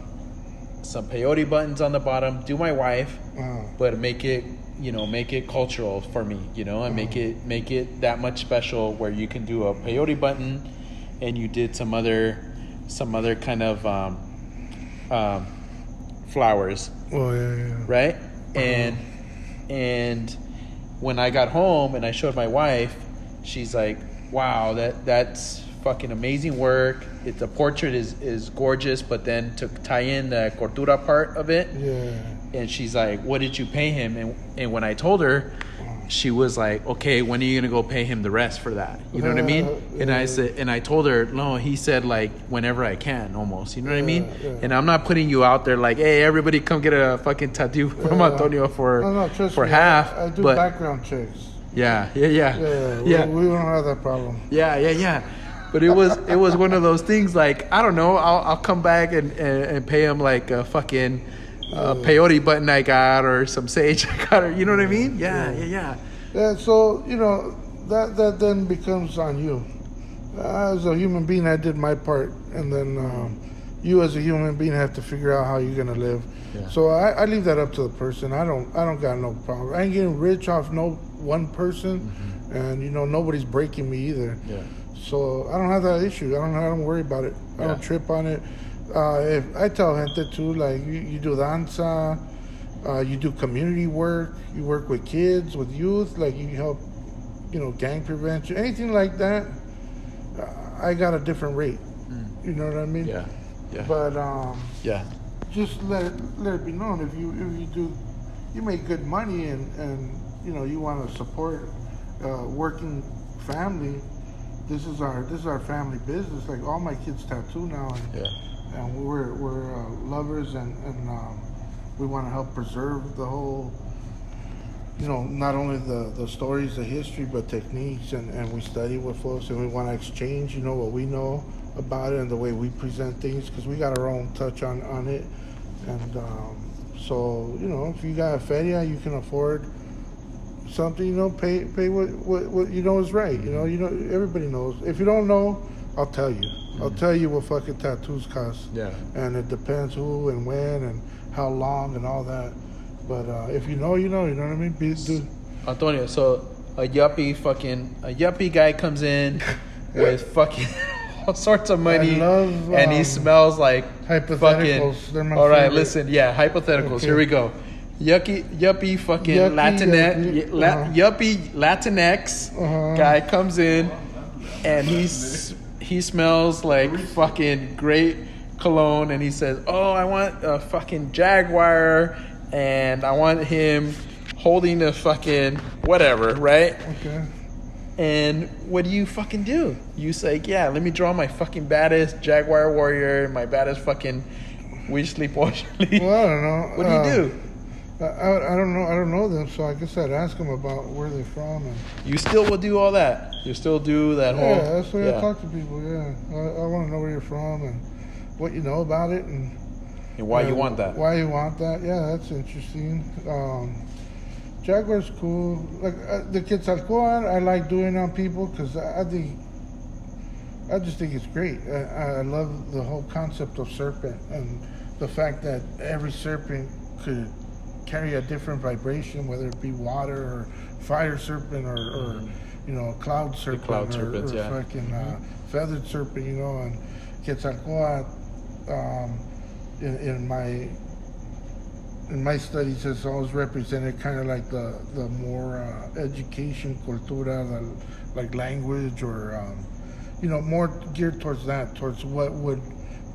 Speaker 3: some peyote buttons on the bottom? Do my wife,
Speaker 1: Wow.
Speaker 3: but make it you know make it cultural for me, you know, and make it make it that much special where you can do a peyote button, and you did some other some other kind of um, um, flowers,
Speaker 1: Oh yeah, yeah.
Speaker 3: right? And and when I got home and I showed my wife, she's like, "Wow, that that's fucking amazing work. It, the portrait is is gorgeous, but then to tie in the cordura part of it,
Speaker 1: Yeah.
Speaker 3: and she's like, "What did you pay him?" And and when I told her, she was like, "Okay, when are you gonna go pay him the rest for that?" You know what I mean?
Speaker 1: Yeah,
Speaker 3: And I
Speaker 1: Uh, yeah.
Speaker 3: said, and I told her, "No," he said, "Like whenever I can, almost." You know what I mean?
Speaker 1: yeah.
Speaker 3: And I'm not putting you out there like, "Hey, everybody, come get a fucking tattoo from
Speaker 1: Yeah.
Speaker 3: Antonio for
Speaker 1: No, no, trust
Speaker 3: for
Speaker 1: me,
Speaker 3: half."
Speaker 1: I, I do
Speaker 3: but
Speaker 1: background checks.
Speaker 3: yeah, yeah, yeah,
Speaker 1: Yeah, we,
Speaker 3: yeah.
Speaker 1: we don't have that problem.
Speaker 3: Yeah, yeah, yeah. But it was it was one of those things like I don't know. I'll I'll come back and and, and pay him like a fucking uh, peyote button I got or some sage I got or you know what I mean? Yeah, yeah, yeah.
Speaker 1: Yeah, so you know that that then becomes on you. As a human being, I did my part, and then um, you as a human being have to figure out how you're gonna live.
Speaker 2: Yeah.
Speaker 1: So I, I leave that up to the person. I don't I don't got no problem. I ain't getting rich off no one person,
Speaker 3: Mm-hmm.
Speaker 1: and you know nobody's breaking me either.
Speaker 2: Yeah.
Speaker 1: So I don't have that issue. I don't. I don't worry about it. I don't
Speaker 2: Yeah.
Speaker 1: trip on it. Uh, if I tell gente too, like you, you do danza, uh, you do community work, you work with kids, with youth, like you help, you know, gang prevention, anything like that. uh, I got a different rate. You know what I mean?
Speaker 2: Mm. Yeah. Yeah.
Speaker 1: But um,
Speaker 2: yeah.
Speaker 1: just let it, let it be known if you if you do you make good money and and you know you want to support uh, working family this is our this is our family business like all my kids tattoo now and,
Speaker 2: Yeah.
Speaker 1: and we're we're uh, lovers and and um, we want to help preserve the whole you know not only the the stories the history but techniques and and we study with folks and we want to exchange you know what we know about it and the way we present things because we got our own touch on on it and um, so you know if you got a feria you can afford something you know pay pay what what, what you know is right you know you know everybody knows if you don't know i'll tell you i'll
Speaker 3: Mm-hmm.
Speaker 1: tell you what fucking tattoos cost
Speaker 2: Yeah.
Speaker 1: and it depends who and when and how long and all that. But uh, if you know, you know. You know what I mean? Be, do,
Speaker 3: Antonio, so a yuppie fucking a yuppie guy comes in with fucking all sorts of money,
Speaker 1: love,
Speaker 3: and he
Speaker 1: um,
Speaker 3: smells like
Speaker 1: hypotheticals.
Speaker 3: fucking-
Speaker 1: They're my
Speaker 3: all right,
Speaker 1: favorite.
Speaker 3: listen, yeah, hypotheticals.
Speaker 1: Okay.
Speaker 3: Here we go. Yucky, yuppie, fucking
Speaker 1: Yucky,
Speaker 3: Latinx,
Speaker 1: yuppie,
Speaker 3: la-
Speaker 1: uh-huh.
Speaker 3: yuppie Latinx
Speaker 1: Uh-huh.
Speaker 3: guy comes in, and he's he smells like fucking great cologne, and he says, "Oh, I want a fucking jaguar, and I want him holding a fucking whatever, right?"
Speaker 1: okay.
Speaker 3: And what do you fucking do? You say, yeah, let me draw my fucking baddest Jaguar warrior, my baddest fucking Weasley Poishley.
Speaker 1: Well, I don't know.
Speaker 3: What do you do?
Speaker 1: do? I, I, I don't know. I don't know them, so I guess I'd ask them about where they're from. And,
Speaker 3: You still will do all that. You still do that whole.
Speaker 1: yeah, that's the way
Speaker 3: Oh, yeah.
Speaker 1: I talk to people. Yeah, I, I want to know where you're from and what you know about it and
Speaker 3: And why you
Speaker 1: know,
Speaker 3: want that?
Speaker 1: Why you want that? Yeah, that's interesting. Um, Jaguar's cool. Like uh, the Quetzalcoatl, I like doing on people because I, I think I just think it's great. I, I love the whole concept of serpent and the fact that every serpent could carry a different vibration, whether it be water or fire serpent or, or you know, cloud serpent
Speaker 3: Mm-hmm. cloud
Speaker 1: or,
Speaker 3: serpents,
Speaker 1: or
Speaker 3: yeah. Mm-hmm.
Speaker 1: fucking uh, feathered serpent, you know, and Quetzalcoatl. Um, in, in my in my studies has always represented kind of like the the more uh, education cultura the, like language or um, you know more geared towards that towards what would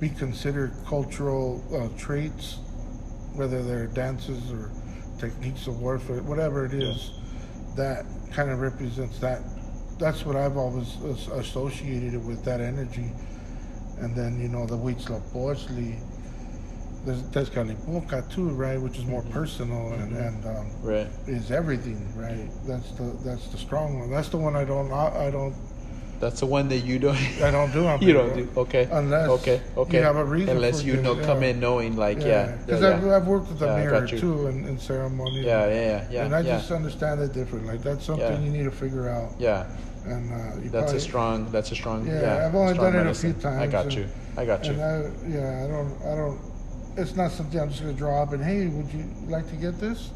Speaker 1: be considered cultural uh, traits whether they're dances or techniques of warfare whatever it is that kind of represents that that's what I've always as- associated it with that energy and then you know the Huitzilopochtli there's Tezcalipoca too, right, which is more
Speaker 3: Mm-hmm.
Speaker 1: personal and, and um,
Speaker 2: Right.
Speaker 1: is everything, right? That's the that's the strong one. That's the one I don't I, I don't
Speaker 3: That's the one that you don't.
Speaker 1: I don't do. on
Speaker 3: you don't do.
Speaker 1: people.
Speaker 3: Okay.
Speaker 1: Unless
Speaker 3: Okay.
Speaker 1: you
Speaker 3: Okay.
Speaker 1: have a reason
Speaker 3: Unless
Speaker 1: for
Speaker 3: you
Speaker 1: it,
Speaker 3: know,
Speaker 1: yeah.
Speaker 3: come in knowing like, yeah, yeah,
Speaker 1: because
Speaker 3: yeah,
Speaker 1: I've, I've worked with the
Speaker 3: Yeah, I
Speaker 1: mirror
Speaker 3: got you.
Speaker 1: too in, in ceremony.
Speaker 3: yeah, yeah, yeah, yeah,
Speaker 1: and I
Speaker 3: yeah.
Speaker 1: just understand it different. Like that's something
Speaker 3: Yeah.
Speaker 1: you need to figure out.
Speaker 3: yeah.
Speaker 1: And uh, you
Speaker 3: That's
Speaker 1: probably,
Speaker 3: a strong. That's a strong.
Speaker 1: Yeah,
Speaker 3: Yeah,
Speaker 1: I've only
Speaker 3: strong
Speaker 1: done it a few
Speaker 3: I
Speaker 1: times,
Speaker 3: got
Speaker 1: and-
Speaker 3: you. I got you.
Speaker 1: And I, yeah, I don't I don't. It's not something I'm just gonna draw up and hey, would you like to get
Speaker 3: Oh,
Speaker 1: this?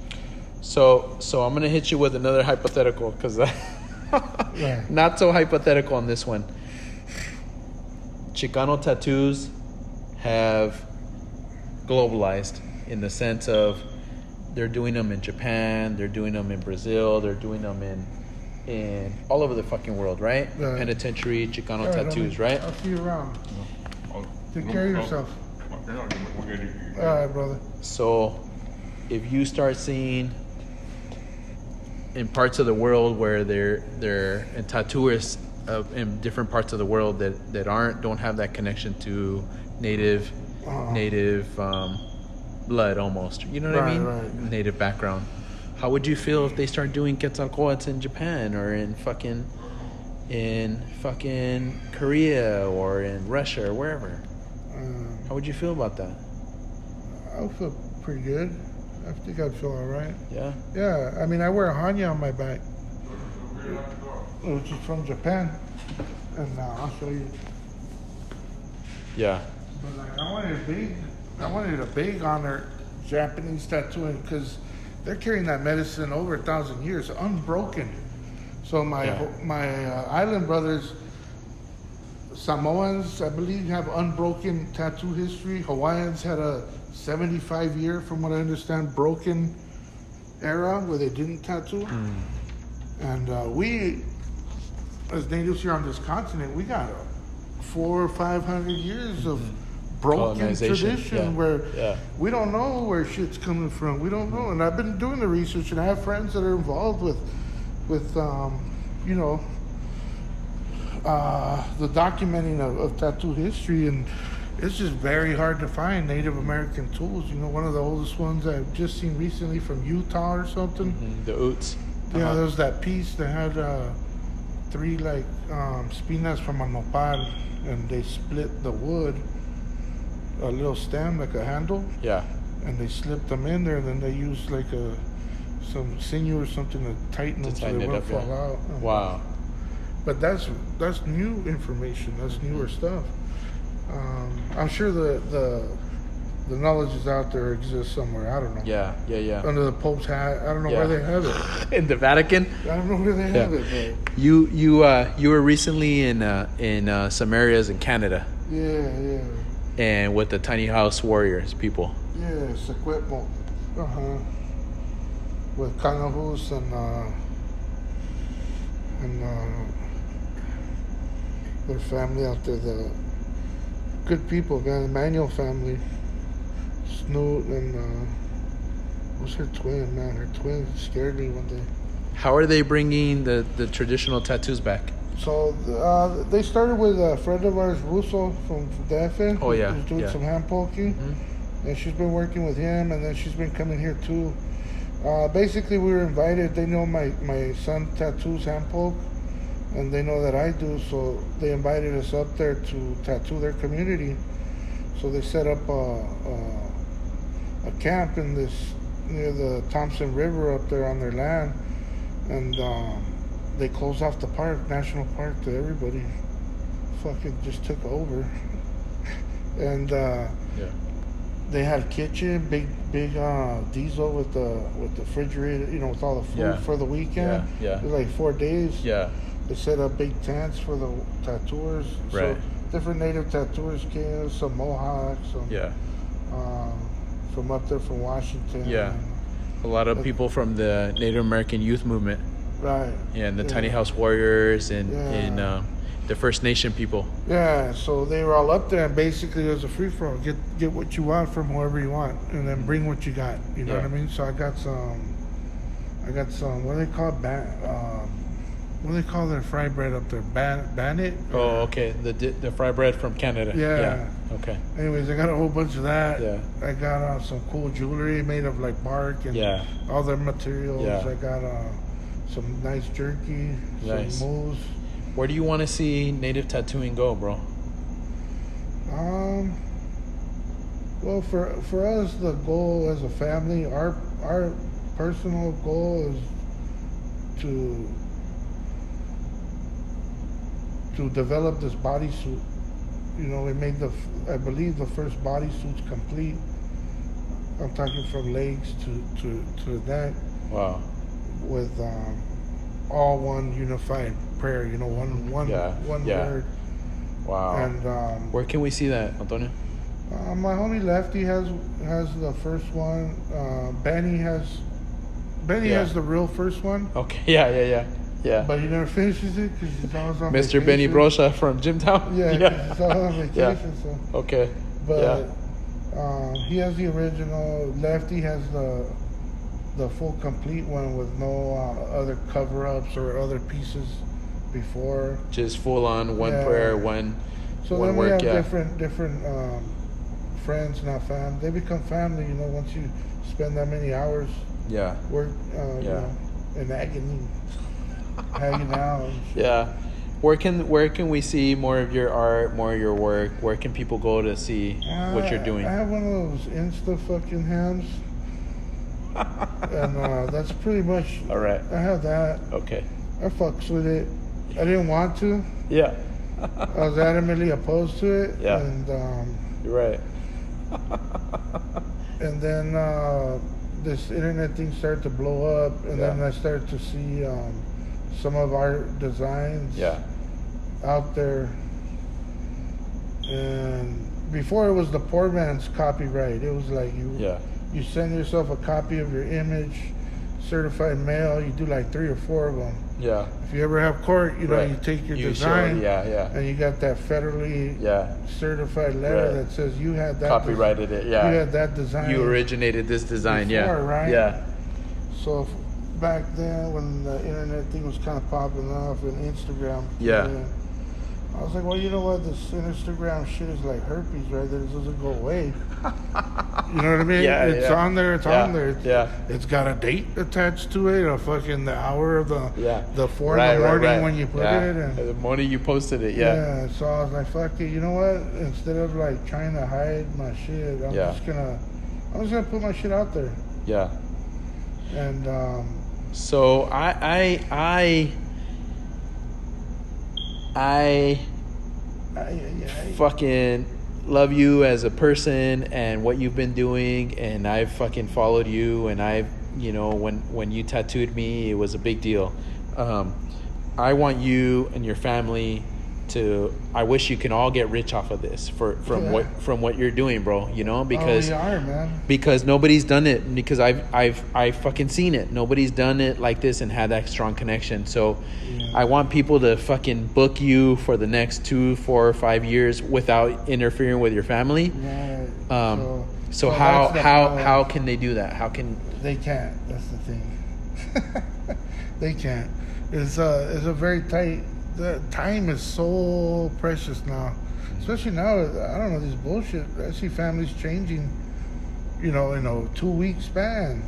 Speaker 3: So, so I'm gonna hit you with another hypothetical because
Speaker 1: Yeah.
Speaker 3: not so hypothetical on this one. Chicano tattoos have globalized in the sense of they're doing them in Japan, they're doing them in Brazil, they're doing them in in all over the fucking world, right?
Speaker 1: Right.
Speaker 3: Penitentiary Chicano
Speaker 1: All right,
Speaker 3: tattoos,
Speaker 1: I'll be-
Speaker 3: right?
Speaker 1: I'll see you around.
Speaker 4: Oh,
Speaker 1: Take
Speaker 4: no,
Speaker 1: care of
Speaker 4: no.
Speaker 1: yourself.
Speaker 4: We're not- we're gonna do-
Speaker 1: All right, brother.
Speaker 3: So, if you start seeing in parts of the world where they're they're and tattooists uh, in different parts of the world that that aren't don't have that connection to native
Speaker 1: Uh-huh.
Speaker 3: native um, blood almost. You know what
Speaker 1: Right,
Speaker 3: I mean?
Speaker 1: right.
Speaker 3: Native background. How would you feel if they start doing Quetzalcoatl in Japan or in fucking in fucking Korea or in Russia or wherever?
Speaker 1: Um,
Speaker 3: How would you feel about that?
Speaker 1: I feel pretty good. I think I feel all right.
Speaker 3: Yeah.
Speaker 1: Yeah, I mean, I wear a Hanya on my back, which is from Japan. And uh, I'll show you.
Speaker 3: Yeah.
Speaker 1: But like, I wanted a big, I wanted a big on their Japanese tattooing because they're carrying that medicine over a thousand years, unbroken. So my
Speaker 3: Yeah.
Speaker 1: my uh, island brothers, Samoans, I believe, have unbroken tattoo history. Hawaiians had a 75 year, from what I understand, broken era where they didn't tattoo. And uh, we, as natives here on this continent, we got a four or five hundred years of broken
Speaker 3: Mm-hmm. Colonization,
Speaker 1: tradition
Speaker 3: yeah,
Speaker 1: where
Speaker 3: yeah.
Speaker 1: we don't know where shit's coming from. We don't know. And I've been doing the research, and I have friends that are involved with, with, um, you know, uh, the documenting of, of tattoo history and. It's just very hard to find Native American tools. You know, one of the oldest ones I've just seen recently from Utah or something.
Speaker 3: The Oots. Uh-huh.
Speaker 1: Yeah, there was that piece that had uh, three like um, spinas from a nopal, and they split the wood, a little stem like a handle,
Speaker 3: Yeah.
Speaker 1: and they slipped them in there, and then they used like a some sinew or something to tighten them so
Speaker 3: tighten
Speaker 1: they
Speaker 3: it
Speaker 1: wouldn't
Speaker 3: up, yeah.
Speaker 1: fall out. Uh,
Speaker 3: Wow.
Speaker 1: But that's that's new information. That's newer
Speaker 3: Mm-hmm.
Speaker 1: stuff. Um, I'm sure the the the knowledge is out there exists somewhere. I don't know.
Speaker 3: Yeah. Yeah. Yeah.
Speaker 1: Under the Pope's hat, I don't know
Speaker 3: Yeah.
Speaker 1: where they have it.
Speaker 3: In the Vatican,
Speaker 1: I don't know where they
Speaker 3: Yeah.
Speaker 1: have it. But
Speaker 3: you you uh, you were recently in uh, in uh, some areas in Canada,
Speaker 1: Yeah, yeah,
Speaker 3: and with the tiny house warriors people.
Speaker 1: yeah. Sequitmo. Uh huh. With Kanahus and uh, and uh, their family out there, the good people, man. The Manuel family, Snoot and uh, what's her twin, man? Her twin scared me one day.
Speaker 3: How are they bringing the, the traditional tattoos back?
Speaker 1: So uh, they started with a friend of ours, Russo from Daffin.
Speaker 3: Oh, yeah,
Speaker 1: who's doing
Speaker 3: yeah. Mm-hmm.
Speaker 1: some hand poking, and she's been working with him, and then she's been coming here too. Uh, basically, we were invited. They know my my son tattoos hand poke, and they know that I do, so they invited us up there to tattoo their community. So they set up a, a, a camp in this near the Thompson River up there on their land, and um, they closed off the park, national park, to everybody. Fucking just took over, and uh,
Speaker 3: Yeah.
Speaker 1: they had a kitchen, big big uh, diesel with the with the refrigerator, you know, with all the food
Speaker 3: Yeah.
Speaker 1: for the weekend.
Speaker 3: Yeah, yeah.
Speaker 1: It was like four days.
Speaker 3: Yeah.
Speaker 1: They set up big tents for the tattooers.
Speaker 3: Right.
Speaker 1: So different native tattooers came, some Mohawks, some
Speaker 3: Yeah.
Speaker 1: um, from up there from Washington.
Speaker 3: Yeah. A lot of people from the Native American youth movement
Speaker 1: Right.
Speaker 3: and the
Speaker 1: yeah.
Speaker 3: tiny house warriors and
Speaker 1: Yeah.
Speaker 3: and um, the First Nation people.
Speaker 1: Yeah, so they were all up there, and basically it was a free for all. Get get what you want from whoever you want, and then bring what you got. You know
Speaker 3: Yeah.
Speaker 1: what I mean? So I got some, I got some. What do they call it? Ban, um, what do they call their fried bread up there? Ban, bannet.
Speaker 3: Oh, okay. The di- the fry bread from Canada.
Speaker 1: Yeah.
Speaker 3: Okay.
Speaker 1: Anyways, I got a whole bunch of that.
Speaker 3: Yeah.
Speaker 1: I got uh, some cool jewelry made of like bark and
Speaker 3: Yeah.
Speaker 1: all their materials.
Speaker 3: Yeah.
Speaker 1: I got uh, some nice jerky,
Speaker 3: Nice.
Speaker 1: some moose.
Speaker 3: Where do you want to see native tattooing go, bro?
Speaker 1: Um. Well, for for us, the goal as a family, our our personal goal is to to develop this bodysuit. You know, we made the f- I believe the first bodysuits complete. I'm talking from legs to to to the neck
Speaker 3: Wow.
Speaker 1: with um, all one unified prayer. You know, one one
Speaker 3: Yeah,
Speaker 1: one
Speaker 3: yeah.
Speaker 1: word
Speaker 3: Wow.
Speaker 1: and. Um,
Speaker 3: Where can we see that, Antonio?
Speaker 1: Uh, my homie Lefty has has the first one. Uh, Benny has Benny
Speaker 3: Yeah. Oh.
Speaker 1: has the real first one,
Speaker 3: Okay. Yeah. Yeah. Yeah. Yeah.
Speaker 1: but he never finishes it because he's always on
Speaker 3: Mr. Benny
Speaker 1: vacation.
Speaker 3: Brosha from Jimtown.
Speaker 1: Yeah, 'cause he's always on
Speaker 3: Yeah.
Speaker 1: vacation. So,
Speaker 3: Okay.
Speaker 1: but um, he has the original. Lefty has the the full complete one with no uh, other cover ups or other pieces before.
Speaker 3: Just full on one
Speaker 1: Yeah.
Speaker 3: prayer, one
Speaker 1: So
Speaker 3: one
Speaker 1: then we
Speaker 3: work.
Speaker 1: have
Speaker 3: Yeah.
Speaker 1: different different um, friends, not fam. They become family, you know, once you spend that many hours
Speaker 3: Yeah.
Speaker 1: work, uh, you
Speaker 3: Yeah.
Speaker 1: know, in agony, hanging out. and shit.
Speaker 3: Yeah. Where can where can we see more of your art, more of your work? Where can people go to see what you're
Speaker 1: I-
Speaker 3: doing?
Speaker 1: I have one of those Insta fucking hams, and uh, that's pretty much.
Speaker 3: All right.
Speaker 1: I have that.
Speaker 3: Okay.
Speaker 1: I fucks with it. I didn't want to.
Speaker 3: Yeah.
Speaker 1: I was adamantly opposed to it.
Speaker 3: Yeah.
Speaker 1: And um,
Speaker 3: You're right.
Speaker 1: and then uh, this internet thing started to blow up, and then
Speaker 3: Yeah.
Speaker 1: I started to see um, some of our designs
Speaker 3: yeah.
Speaker 1: out there. And before it was the poor man's copyright. It was like you
Speaker 3: Yeah.
Speaker 1: you send yourself a copy of your image, certified mail. You do like three or four of them.
Speaker 3: Yeah.
Speaker 1: If you ever have court, you know
Speaker 3: Right.
Speaker 1: you take your
Speaker 3: You show-
Speaker 1: design,
Speaker 3: yeah, yeah.
Speaker 1: and you got that federally
Speaker 3: Yeah.
Speaker 1: certified letter
Speaker 3: Right.
Speaker 1: that says you had that
Speaker 3: Copyrighted it. Yeah.
Speaker 1: You had that design.
Speaker 3: You originated this design. yeah.
Speaker 1: Before, right?
Speaker 3: Yeah.
Speaker 1: So if, back then, when the internet thing was kind of popping off and Instagram,
Speaker 3: Yeah.
Speaker 1: I was like, well, you know what? This Instagram shit is like herpes, right? That it doesn't go away. You know what I mean?
Speaker 3: Yeah,
Speaker 1: it's
Speaker 3: yeah.
Speaker 1: on there. It's
Speaker 3: Yeah,
Speaker 1: on there. It's,
Speaker 3: yeah.
Speaker 1: It's got a date attached to it. A fucking the hour of the
Speaker 3: Yeah.
Speaker 1: the four in the morning when you put
Speaker 3: Yeah.
Speaker 1: it. And,
Speaker 3: the morning you posted it. Yeah.
Speaker 1: So I was like, fuck it. You know what? Instead of like trying to hide my shit, I'm
Speaker 3: Yeah.
Speaker 1: just gonna, I'm just gonna put my shit out there.
Speaker 3: Yeah.
Speaker 1: And um,
Speaker 3: So I I I I
Speaker 1: I, I,
Speaker 3: fucking love you as a person and what you've been doing and I've fucking followed you and I've you know when when you tattooed me it was a big deal. Um, I want you and your family to I wish you can all get rich off of this for from
Speaker 1: Yeah.
Speaker 3: what from what you're doing, bro, you know, because
Speaker 1: oh, we are, man.
Speaker 3: because nobody's done it because I've I've I've fucking seen it. Nobody's done it like this and had that strong connection. So
Speaker 1: Yeah.
Speaker 3: I want people to fucking book you for the next two, four, or five years without interfering with your family.
Speaker 1: Right.
Speaker 3: Um, so,
Speaker 1: that's
Speaker 3: how
Speaker 1: the
Speaker 3: how
Speaker 1: problem.
Speaker 3: how can they do that? How can
Speaker 1: they can't? That's the thing. they can't. It's a it's a very tight. The time is so precious now, especially now. I don't know this bullshit. I see families changing. You know, in a two week span.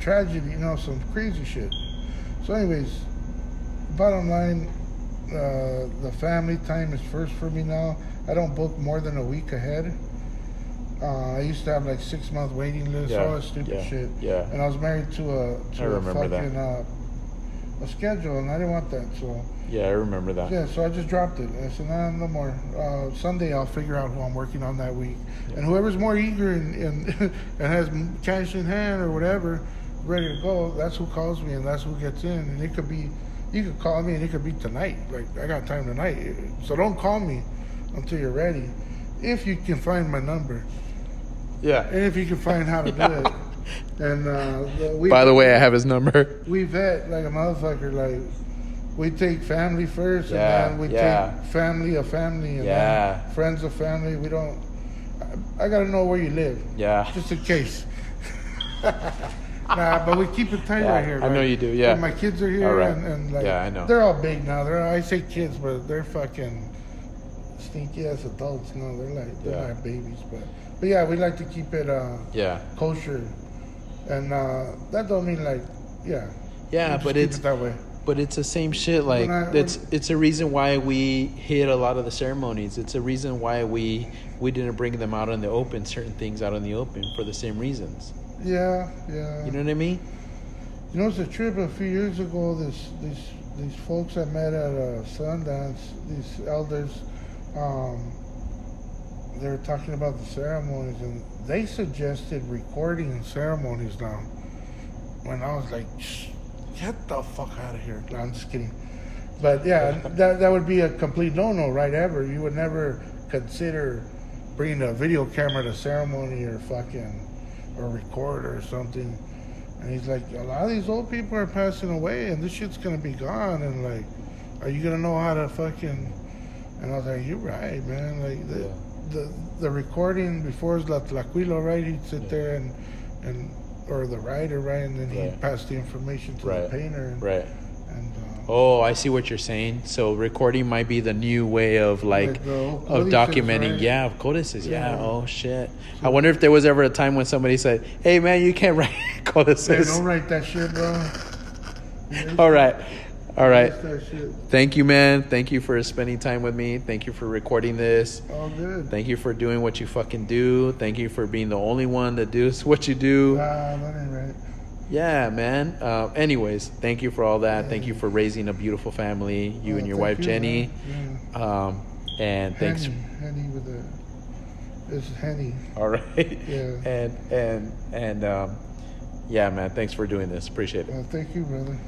Speaker 1: Tragedy. You know, some crazy shit. So, anyways, bottom line, uh, the family time is first for me now. I don't book more than a week ahead. Uh, I used to have like six month waiting list,
Speaker 3: Yeah,
Speaker 1: all that stupid
Speaker 3: yeah,
Speaker 1: shit.
Speaker 3: yeah.
Speaker 1: And I was married to a to
Speaker 3: I
Speaker 1: a
Speaker 3: remember
Speaker 1: fucking
Speaker 3: that.
Speaker 1: Uh, a schedule, and I didn't want that. So
Speaker 3: yeah, I remember that.
Speaker 1: yeah, so I just dropped it. I said, nah, no more. Uh, Sunday I'll figure out who I'm working on that week, and whoever's more eager and and, and has m- cash in hand or whatever, ready to go, that's who calls me and that's who gets in. And it could be, you could call me and it could be tonight. Like I got time tonight, so don't call me until you're ready, if you can find my number
Speaker 3: Yeah.
Speaker 1: and if you can find how to do it. And uh, the- we,
Speaker 3: By the way, I have his number.
Speaker 1: we vet like a motherfucker. Like we take family first,
Speaker 3: Yeah,
Speaker 1: and then we
Speaker 3: yeah.
Speaker 1: take family of family, and
Speaker 3: Yeah.
Speaker 1: then friends of family. We don't. I, I gotta know where you live,
Speaker 3: Yeah.
Speaker 1: just in case. nah, but we keep it tight
Speaker 3: Yeah,
Speaker 1: right here.
Speaker 3: I know
Speaker 1: like,
Speaker 3: you do, yeah.
Speaker 1: when my kids are here,
Speaker 3: All right.
Speaker 1: and, and like
Speaker 3: Yeah, I know.
Speaker 1: they're all big now. They're I say kids, but they're fucking stinky ass adults. No, they're like they're
Speaker 3: Yeah.
Speaker 1: not babies, but but yeah, we like to keep it. uh
Speaker 3: Yeah.
Speaker 1: kosher, and uh, that don't mean like, yeah.
Speaker 3: Yeah,
Speaker 1: You just
Speaker 3: but
Speaker 1: keep
Speaker 3: it's-
Speaker 1: it that way.
Speaker 3: But it's the same shit. Like
Speaker 1: When I- when-
Speaker 3: it's it's a reason why we hid a lot of the ceremonies. It's a reason why we we didn't bring them out in the open. Certain things out in the open for the same reasons.
Speaker 1: Yeah, yeah.
Speaker 3: You know what I mean?
Speaker 1: You know, it's a trip. A few years ago, this these these folks I met at uh, Sundance, these elders, um, they were talking about the ceremonies, and they suggested recording ceremonies now. When I was like, "Shh, get the fuck out of here! No, I'm just kidding. But yeah, that that would be a complete no-no, right? Ever you would never consider bringing a video camera to ceremony or fucking or record or something. And he's like, a lot of these old people are passing away, and this shit's gonna be gone. And like, are you gonna know how to fucking? And I was like, you're right, man. Like the
Speaker 3: Yeah.
Speaker 1: the, the recording before is La Tlaquilo, right? He'd sit there and and or the writer, right? And then he'd
Speaker 3: Right.
Speaker 1: pass the information to the
Speaker 3: Right.
Speaker 1: painter. And,
Speaker 3: Right.
Speaker 1: and uh,
Speaker 3: Oh, I see what you're saying. So recording might be the new way of like
Speaker 1: Like the old
Speaker 3: of
Speaker 1: codices,
Speaker 3: documenting.
Speaker 1: right?
Speaker 3: Yeah, of codices. Yeah.
Speaker 1: Yeah.
Speaker 3: Oh shit. I wonder if there was ever a time when somebody said, "Hey man, you can't write
Speaker 1: hey,
Speaker 3: codices."
Speaker 1: don't write that shit, bro. Yeah,
Speaker 3: All right. All right.
Speaker 1: erase That shit.
Speaker 3: Thank you, man. Thank you for spending time with me. Thank you for recording this.
Speaker 1: All good.
Speaker 3: Thank you for doing what you fucking do. Thank you for being the only one that does what you do.
Speaker 1: Nah, Ah, that ain't right.
Speaker 3: Yeah, man. Uh, anyways, thank you for all that. Thank you for raising a beautiful family, you
Speaker 1: Uh,
Speaker 3: and your
Speaker 1: thank
Speaker 3: wife
Speaker 1: you,
Speaker 3: Jenny.
Speaker 1: man.
Speaker 3: Um, and
Speaker 1: Yeah.
Speaker 3: thanks.
Speaker 1: Henny, Henny with a It's handy.
Speaker 3: All right.
Speaker 1: Yeah.
Speaker 3: And and and um, yeah, man. Thanks for doing this. Appreciate it.
Speaker 1: Uh, thank you, brother.